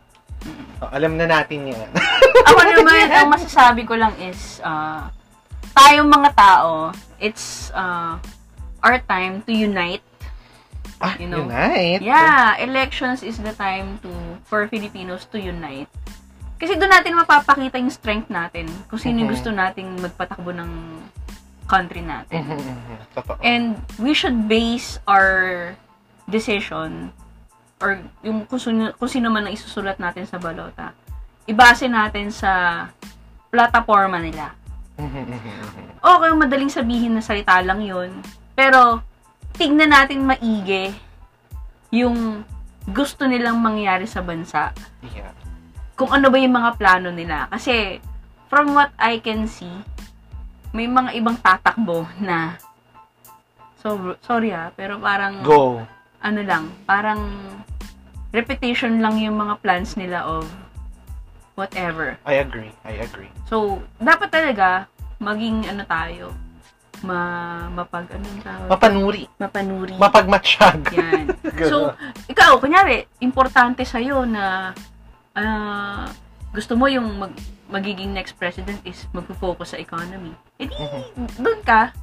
B: O, alam na natin 'yan.
A: Ako naman, ang masasabi ko lang is, uh, tayong mga tao, it's uh, our time to unite.
B: ah,
A: You know?
B: Unite.
A: Yeah, elections is the time to for Filipinos to unite. Kasi doon natin mapapakita yung strength natin kung sino yung
B: Mhm.
A: gusto nating magpatakbo ng country natin.
B: Mhm, mhm. Totoo.
A: And we should base our decision or yung kung sino, kung sino man ang isusulat natin sa balota, ibase natin sa plataforma nila.
B: Mhm, mhm, mhm.
A: Okay, madaling sabihin na salita lang yun. Pero, tignan natin maigi yung gusto nilang mangyari sa bansa.
B: yeah.
A: Kung ano ba yung mga plano nila. Kasi, from what I can see, may mga ibang tatakbo na so, sorry ah, pero parang
B: Go.
A: ano lang, parang repetition lang yung mga plans nila of whatever.
B: I agree. I agree.
A: So, dapat talaga maging ano tayo, ma mapag ano yung tawag?
B: Mapanuri.
A: mapanuri.
B: Mapagmatsyag.
A: Yan. so, ikaw kunyari, importante sa na ah, gusto mo yung mag, magiging next president is magfo-focus sa economy. Eh di,
B: Mm-hmm.
A: doon ka.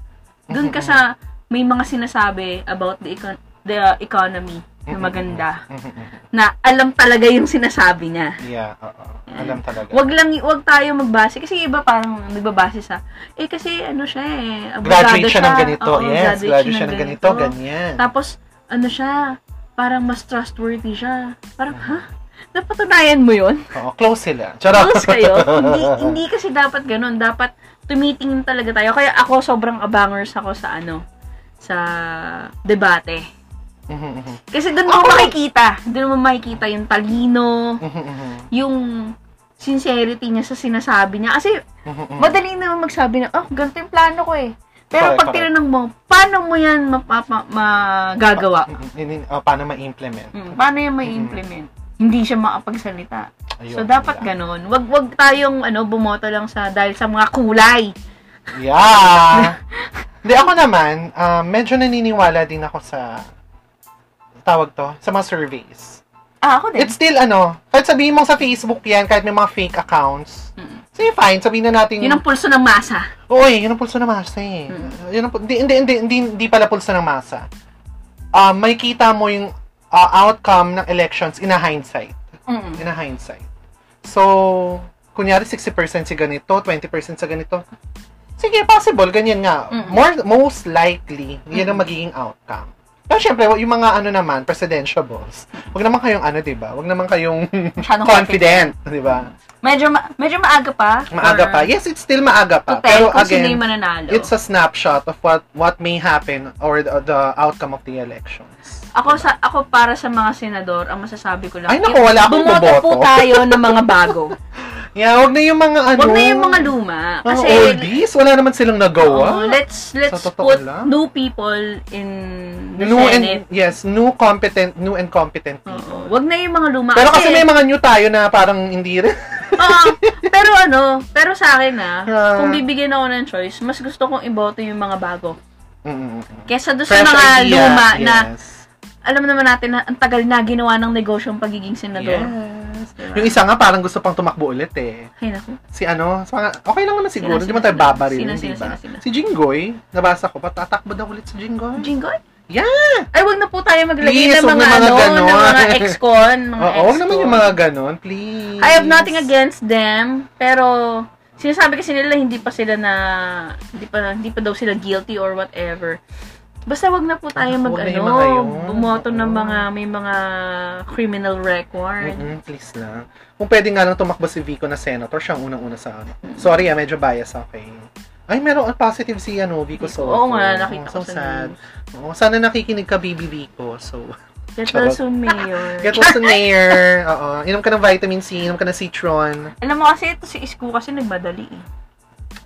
A: Doon ka sa may mga sinasabi about the econ- the economy na maganda
B: Mhm, mhm.
A: na alam talaga yung sinasabi niya.
B: yeah, oo. Alam talaga.
A: Wag lang wag tayo magbase kasi iba parang nagbabase sa eh kasi ano siya eh abogado
B: graduate siya ng ganito.
A: Oo,
B: yes, graduate siya ng ganito. Ganyan.
A: Tapos ano siya, parang mas trustworthy siya. Parang ha? Napatunayan mo 'yon?
B: Oo, close sila. Charot.
A: Close kayo. hindi hindi kasi dapat ganun. Dapat tumitingin talaga tayo. Kaya ako sobrang abangers ako sa ano sa debate.
B: Mhm, mhm.
A: Kasi doon mo makikita, doon mo makikita yung talino,
B: Mhm, mhm.
A: yung sincerity niya sa sinasabi niya. Kasi
B: Mhm, mhm.
A: Madali naman magsabi na, oh, ganito "Ah, yung plano ko eh. Pero
B: Correct,
A: pag tinanong mo, paano mo yan mapapa, magagawa?
B: Hindi, oh, paano ma-implement?
A: Mm, paano yan may implement? Hindi siya makapagsalita.
B: Mm-hmm. Ayun, diba?
A: So, dapat
B: yeah.
A: ganun. Wag, wag tayong ano, bumoto lang sa dahil sa mga kulay.
B: Yeah! Hindi, ako naman, ah, medyo naniniwala din ako sa, tawag to, sa mga surveys.
A: Ah, ako din.
B: It's still, ano, kahit sabihin mo sa Facebook yan, kahit may mga fake accounts,
A: Mm.
B: sige, fine, sabihin na natin,
A: Yun ang pulso ng masa.
B: Oo, eh, yun ang pulso ng masa eh.
A: Mm.
B: Yun ang, pu- di, hindi, hindi, hindi, hindi pala pulso ng masa. Ah, may kita mo yung ah, outcome ng elections in a hindsight.
A: Mm.
B: In a hindsight. So, kunyari 60% si ganito, 20% sa ganito. Sige, possible, ganyan nga.
A: Mm.
B: More, most likely, yun ang
A: Mm.
B: magiging outcome. Pero syempre, yung mga ano naman, presidentiables, wag naman kayong ano, di ba? Wag naman kayong
A: Masyadong
B: confident, di ba?
A: Medyo, ma- medyo maaga pa.
B: Maaga
A: or
B: pa. Yes, it's still maaga
A: To
B: pa.
A: tell
B: Pero
A: kung sino
B: again,
A: yung mananalo.
B: It's a snapshot of what what may happen or the, the outcome of the elections.
A: Ako sa ako para sa mga senador, ang masasabi ko lang.
B: Ay, naku, wala akong
A: bumoto
B: boboto. Ano?
A: po tayo ng mga bago.
B: Yeah, wag na yung mga ano.
A: Huwag na yung mga luma.
B: mga
A: Kasi,
B: oldies, wala naman silang
A: Oo,
B: nagawa.
A: let's let's
B: oh, Sa totoo
A: put
B: lang.
A: new people in the
B: new
A: Senate.
B: and yes, new competent, new and competent people.
A: Oo, Ah, Huwag na yung mga luma.
B: Pero kasi may mga new tayo na parang hindi rin.
A: Oo, pero ano, pero sa akin na,
B: Ah.
A: kung bibigyan ako ng choice, mas gusto kong iboto yung mga bago.
B: Mm, mm, mm.
A: Kesa doon sa
B: Fresh
A: mga
B: idea,
A: ah, luma
B: yes.
A: na, alam naman natin na ang tagal na ginawa ng negosyo ang pagiging senador.
B: Yes.
A: Diba?
B: Yung isa nga parang gusto pang tumakbo ulit eh.
A: Ay, naku.
B: Si ano, sa mga- okay lang naman siguro,
A: Sino,
B: hindi
A: sino,
B: mo tayo
A: sino?
B: babaril,
A: Sino,
B: di
A: sino,
B: ba?
A: sino, sino?
B: Si Jinggoy, nabasa ko, patatakbo daw ulit si Jinggoy.
A: Jinggoy?
B: Yeah!
A: Ay, wag na po tayo maglagay
B: Please,
A: ng mga,
B: wag na mga
A: ano,
B: ganon.
A: ng mga ex-con, mga
B: Oo,
A: ex-con.
B: huwag naman yung mga ganon, please.
A: I have nothing against them, pero sinasabi kasi nila hindi pa sila na hindi pa hindi pa daw sila guilty or whatever. Basta wag na po tayo
B: Huwag na
A: mag
B: yung mga yun.
A: ano, bumoto ng
B: Oo.
A: mga may mga criminal record.
B: Mm-mm, please lang. Kung pwede nga lang tumakbo si Vico na senator, siya ang unang-una sa ano. Sorry ah, medyo bias ako eh. Ay, meron ah, positive si ano,
A: Vico.
B: Vico Soto.
A: Oo nga, nakita
B: so
A: ko sa
B: sad. Oo, sana nakikinig ka, baby Vico. So,
A: Get
B: Charot.
A: well soon, Mayor.
B: get lost in air. Oo, inom ka ng vitamin C, inom ka ng citron.
A: Alam mo kasi ito si Isko kasi nagmadali. eh.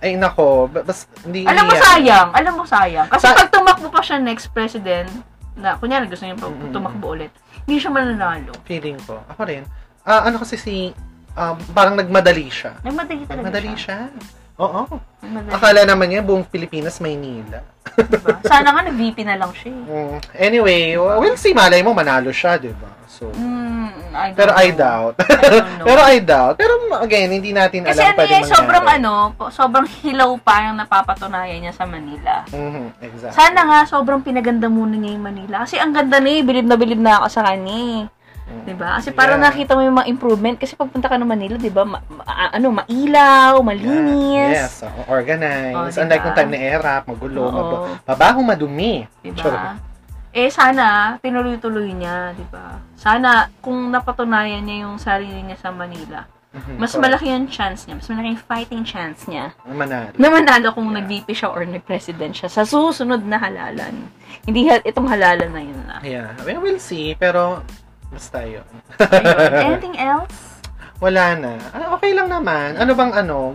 B: Ay, nako, ba- bas, hindi
A: Alam mo
B: yan.
A: sayang, alam mo sayang. Kasi
B: Sa-
A: pag tumakbo pa siya next president, na kunyari gusto niya pa
B: Mm-mm.
A: tumakbo ulit, hindi siya mananalo.
B: Feeling ko. Ako rin. Ah, ano kasi si, ah, parang nagmadali siya.
A: Nagmadali talaga
B: Nagmadali
A: siya.
B: siya. Oo.
A: Nagmadali.
B: Akala naman niya buong Pilipinas, Maynila.
A: Diba? Sana nga nag-VP na lang siya. eh.
B: Mm. Anyway, we'll see. Malay mo, manalo siya, di ba? So,
A: Mm, I don't
B: pero I
A: know.
B: doubt.
A: don't know.
B: pero I doubt. Pero again, hindi natin
A: Kasi
B: alam
A: ano
B: pwede
A: yan, sobrang
B: mangyari.
A: ano, po- sobrang hilaw pa yung napapatunayan niya sa Manila.
B: Mhm, exactly.
A: Sana nga, sobrang pinaganda muna niya yung Manila. Kasi ang ganda niya, eh, bilib na bilib na ako sa kanya. eh.
B: Mm.
A: Diba? Kasi parang
B: Yeah.
A: nakita mo yung mga improvement. Kasi pagpunta ka ng Manila, diba, ma- ma- ano, mailaw,
B: Yeah. Yes,
A: malinis.
B: oo,
A: Oh,
B: organized.
A: diba?
B: Unlike nung time ni Erap, magulo,
A: Oo.
B: mabaho, mabaho, madumi. Charot.
A: Diba? Eh, sana, tinuloy-tuloy niya, diba? Sana, kung napatunayan niya yung sarili niya sa Manila,
B: Mhm,
A: mas
B: correct.
A: malaki yung chance niya. Mas malaki yung fighting chance niya.
B: Manalo.
A: na manalo kung
B: Yeah.
A: nag-VP siya or nag-president siya sa susunod na halalan. Hindi ha- itong halalan na yun na.
B: Yeah, we will see. Pero, basta yun.
A: Ayun. Anything else?
B: Wala na. Ah, okay lang naman. Ano bang ano,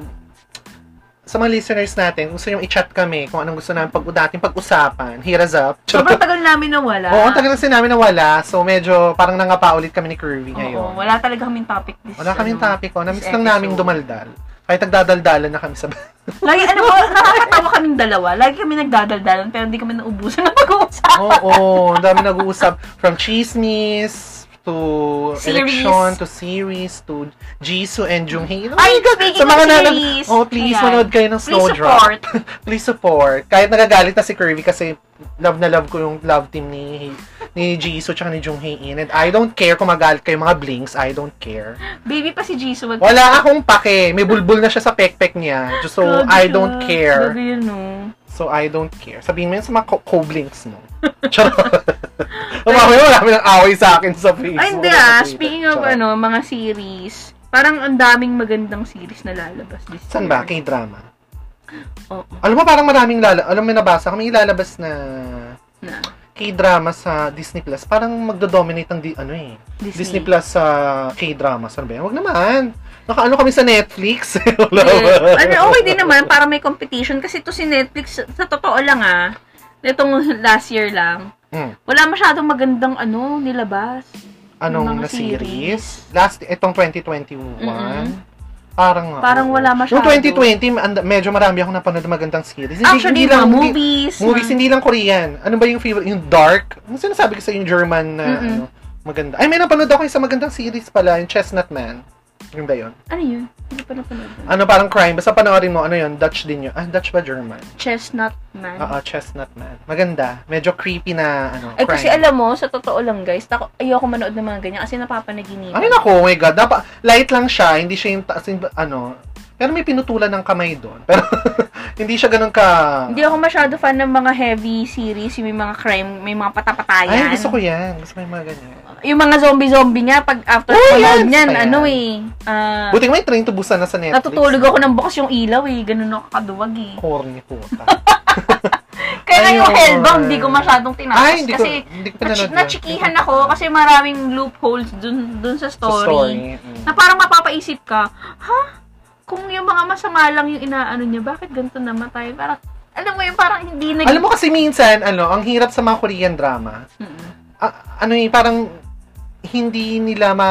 B: sa mga listeners natin, gusto nyo i-chat kami kung anong gusto namin pag dating pag-usapan. Hit us up.
A: Sobrang tagal namin nawala.
B: Oo, ang tagal kasi namin nawala. So, medyo parang nangapa ulit kami ni Curvy
A: Oo,
B: ngayon.
A: wala talaga kaming topic this
B: Wala kaming
A: ano.
B: topic. Oh. Namiss
A: this
B: lang naming
A: episode.
B: dumaldal. Kahit nagdadaldalan na kami sa bahay.
A: Lagi, ano mo, nakakatawa kaming dalawa. Lagi kami nagdadaldalan pero hindi kami naubusan na pag-uusap.
B: Oo, ang dami nag-uusap. From chismis, to
A: Series.
B: election, to series, to Jisoo and Junghae. Oh
A: Ay,
B: my God!
A: speaking
B: Sa mga
A: of
B: nanag-
A: series,
B: Oh, please,
A: ayan.
B: manood kayo ng
A: Please
B: Snowdrop.
A: support.
B: please support. Kahit nagagalit na si Kirby kasi love na love ko yung love team ni ni Jisoo tsaka ni Junghae In. And I don't care kung magalit kayo mga blinks. I don't care.
A: Baby pa si Jisoo. wag-
B: Wala akong pake. May bulbul na siya sa pekpek niya. So,
A: Grabe
B: I
A: siya.
B: don't care.
A: Grabe yun, no.
B: So, I don't care. Sabihin mo yun sa mga co- co-blinks mo. Charot. Umawin wala kami ng away sa akin sa Facebook.
A: Ay, hindi
B: Wala sa
A: ah.
B: Twitter.
A: Speaking of
B: Charot.
A: ano, mga series, parang ang daming magandang series na lalabas this
B: Saan
A: year.
B: ba? K-drama.
A: Oo.
B: Alam mo, parang maraming lala... Alam mo, nabasa kami ilalabas na
A: Na.
B: K-drama sa Disney Plus, parang magdo-dominate ang di, ano eh. Disney, Plus sa K-drama. Ano ba yan? Huwag naman. Nakaano kami sa Netflix. Hello.
A: Yeah. Ano, okay din naman para may competition kasi to si Netflix sa totoo lang ah. Nitong last year lang.
B: Mm.
A: Wala masyadong magandang ano nilabas.
B: Anong
A: Mga
B: na
A: series.
B: series? Last, itong 2021.
A: Mm-mm.
B: Parang,
A: Parang wala masyado.
B: Noong 2020, ma- and- medyo marami akong napanood na magandang series. Hindi,
A: Actually,
B: hindi lang,
A: mga
B: hindi-
A: movies.
B: movies,
A: mga-
B: hindi lang Korean. Ano ba yung favorite? Yung Dark? Ano sinasabi ko sa yung German na
A: Mm-mm.
B: ano, maganda? Ay, may napanood ako isang magandang series pala, yung Chestnut Man. Yung ba yun?
A: Ano yun? Hindi pa napanood. yun.
B: Ano, parang crime. Basta panoorin mo, ano yun? Dutch din yun. Ah, Dutch ba German?
A: Mm-hmm. Chestnut Man.
B: Oo, Chestnut Man. Maganda. Medyo creepy na, ano,
A: Ay,
B: crime.
A: Eh, kasi alam mo, sa totoo lang guys, tako, ayoko manood ng mga ganyan kasi napapanaginipan.
B: Ay, naku, oh my God. Dapat, light lang siya. Hindi siya yung taas, yung, ano, pero may pinutulan ng kamay doon. Pero, hindi siya ganun ka...
A: Hindi ako masyado fan ng mga heavy series, yung may mga crime, may mga patapatayan.
B: Ay, gusto ko yan. Gusto ko yung mga ganyan.
A: Yung mga zombie-zombie nga, pag after
B: Oh,
A: panood
B: yes!
A: niyan,
B: Ayan.
A: ano eh, ah,
B: Buti may train to Busan na sa Netflix.
A: natutulog ako ng bukas yung ilaw eh, ganun ako kaduwag eh.
B: Corny po.
A: Kaya yung
B: Ayun.
A: Hellbound, hindi ko masyadong
B: Ay,
A: tinapos
B: hindi ko,
A: kasi
B: hindi ko pinanood
A: natch-
B: yun.
A: nachikihan ako kasi maraming loopholes dun, dun sa
B: Sa
A: story.
B: mm.
A: Na parang mapapaisip ka, ha? Kung yung mga masama lang yung inaano niya, bakit ganito namatay? Parang, alam mo yung parang hindi nag...
B: Alam mo kasi minsan, ano, ang hirap sa mga Korean drama,
A: Mm-mm.
B: a- ano eh, parang hindi nila ma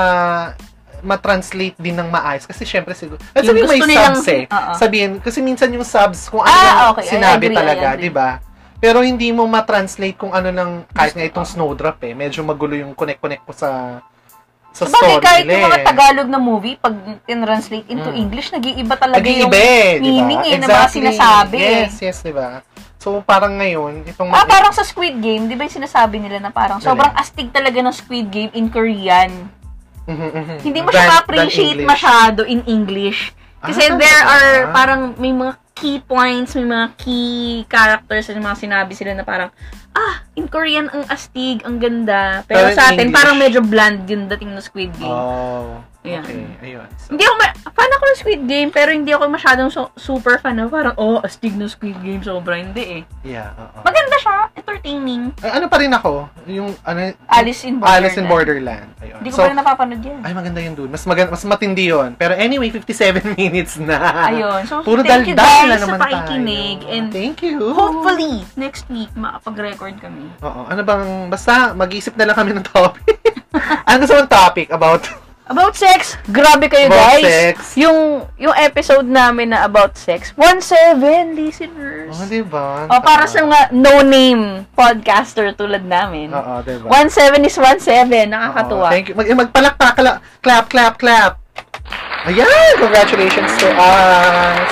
B: ma-translate din ng maayos kasi syempre siguro at
A: Yung
B: sabihin may
A: gusto nilang-
B: subs eh
A: Oo.
B: sabihin kasi minsan yung subs kung ano
A: Ah,
B: lang
A: okay. I
B: sinabi
A: agree, I
B: talaga
A: agree.
B: di ba pero hindi mo ma-translate kung ano ng kahit nga itong snowdrop eh medyo magulo yung connect-connect ko sa sa
A: So, bagay,
B: story
A: kahit
B: nila
A: yung mga
B: eh.
A: Tagalog na movie, pag tinranslate into
B: Mm.
A: English, nag-iiba talaga yung...
B: Nag-iiba eh, di ba?
A: meaning eh, na mga sinasabi eh.
B: Yes, yes, di ba? So, parang ngayon, itong...
A: Ah, parang sa Squid Game, di ba yung sinasabi nila na parang
B: Galing.
A: sobrang astig talaga ng Squid Game in Korean.
B: Mhm, mhm.
A: Hindi mo
B: Than-
A: siya
B: than
A: ma-appreciate
B: English.
A: masyado in English. Kasi
B: Ah,
A: there
B: talaga?
A: are parang may mga key points, may mga key characters na mga sinabi sila na parang, ah, in Korean ang astig, ang ganda. Pero,
B: Pero in
A: sa atin,
B: English-
A: parang medyo bland yung dating ng Squid Game.
B: Oh,
A: Ayan.
B: okay. Ayun. So,
A: Hindi ako, ma- fan ako ng Squid Game, pero hindi ako masyadong so- super fan na parang, oh, astig ng Squid Game, sobra hindi eh.
B: yeah, oo.
A: Maganda siya, entertaining.
B: Ay, ano pa rin ako? Yung, ano,
A: Alice in Borderland.
B: Alice in Borderland. Ayun.
A: Hindi ko
B: So, ah,
A: pa rin napapanood yan.
B: ay, maganda yun, dude. Mas, maganda, mas matindi yun. Pero anyway, 57 minutes na.
A: Ayun. So,
B: Puro
A: thank you
B: daldal na
A: guys sa
B: naman
A: pakikinig.
B: tayo.
A: And
B: thank you.
A: hopefully, next week, makapag-record kami.
B: Oo. Ano bang, basta, mag-iisip na lang kami ng topic. ano gusto mong topic about
A: About sex, grabe kayo
B: About
A: guys.
B: sex.
A: Yung yung episode namin na about sex, 17 listeners.
B: Oh, di ba?
A: O, para sa mga no-name podcaster tulad namin.
B: Oo, di ba?
A: 17 is 17, nakakatuwa.
B: Oo, ah, Thank you. Mag, eh, magpalakpak, kala- clap, clap, clap. Ayan! Congratulations to us!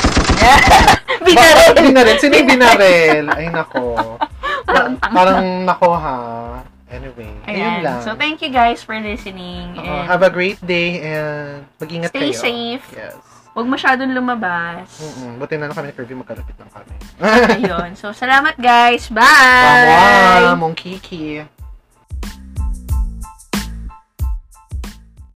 B: oh,
A: Binaril.
B: Binaril. Sino yung binaril? Ay, nako. Pa- parang nako, ha? Anyway, ayun
A: Ayan.
B: lang.
A: So thank you guys for listening.
B: Oo,
A: and
B: have a great day and mag-ingat
A: Stay
B: kayo.
A: safe.
B: Yes.
A: Huwag masyadong lumabas.
B: Mm-mm. Buti na lang kami ni Kirby, magkalapit lang kami.
A: Ayun. So, salamat guys. Bye!
B: Bye! Mong Kiki!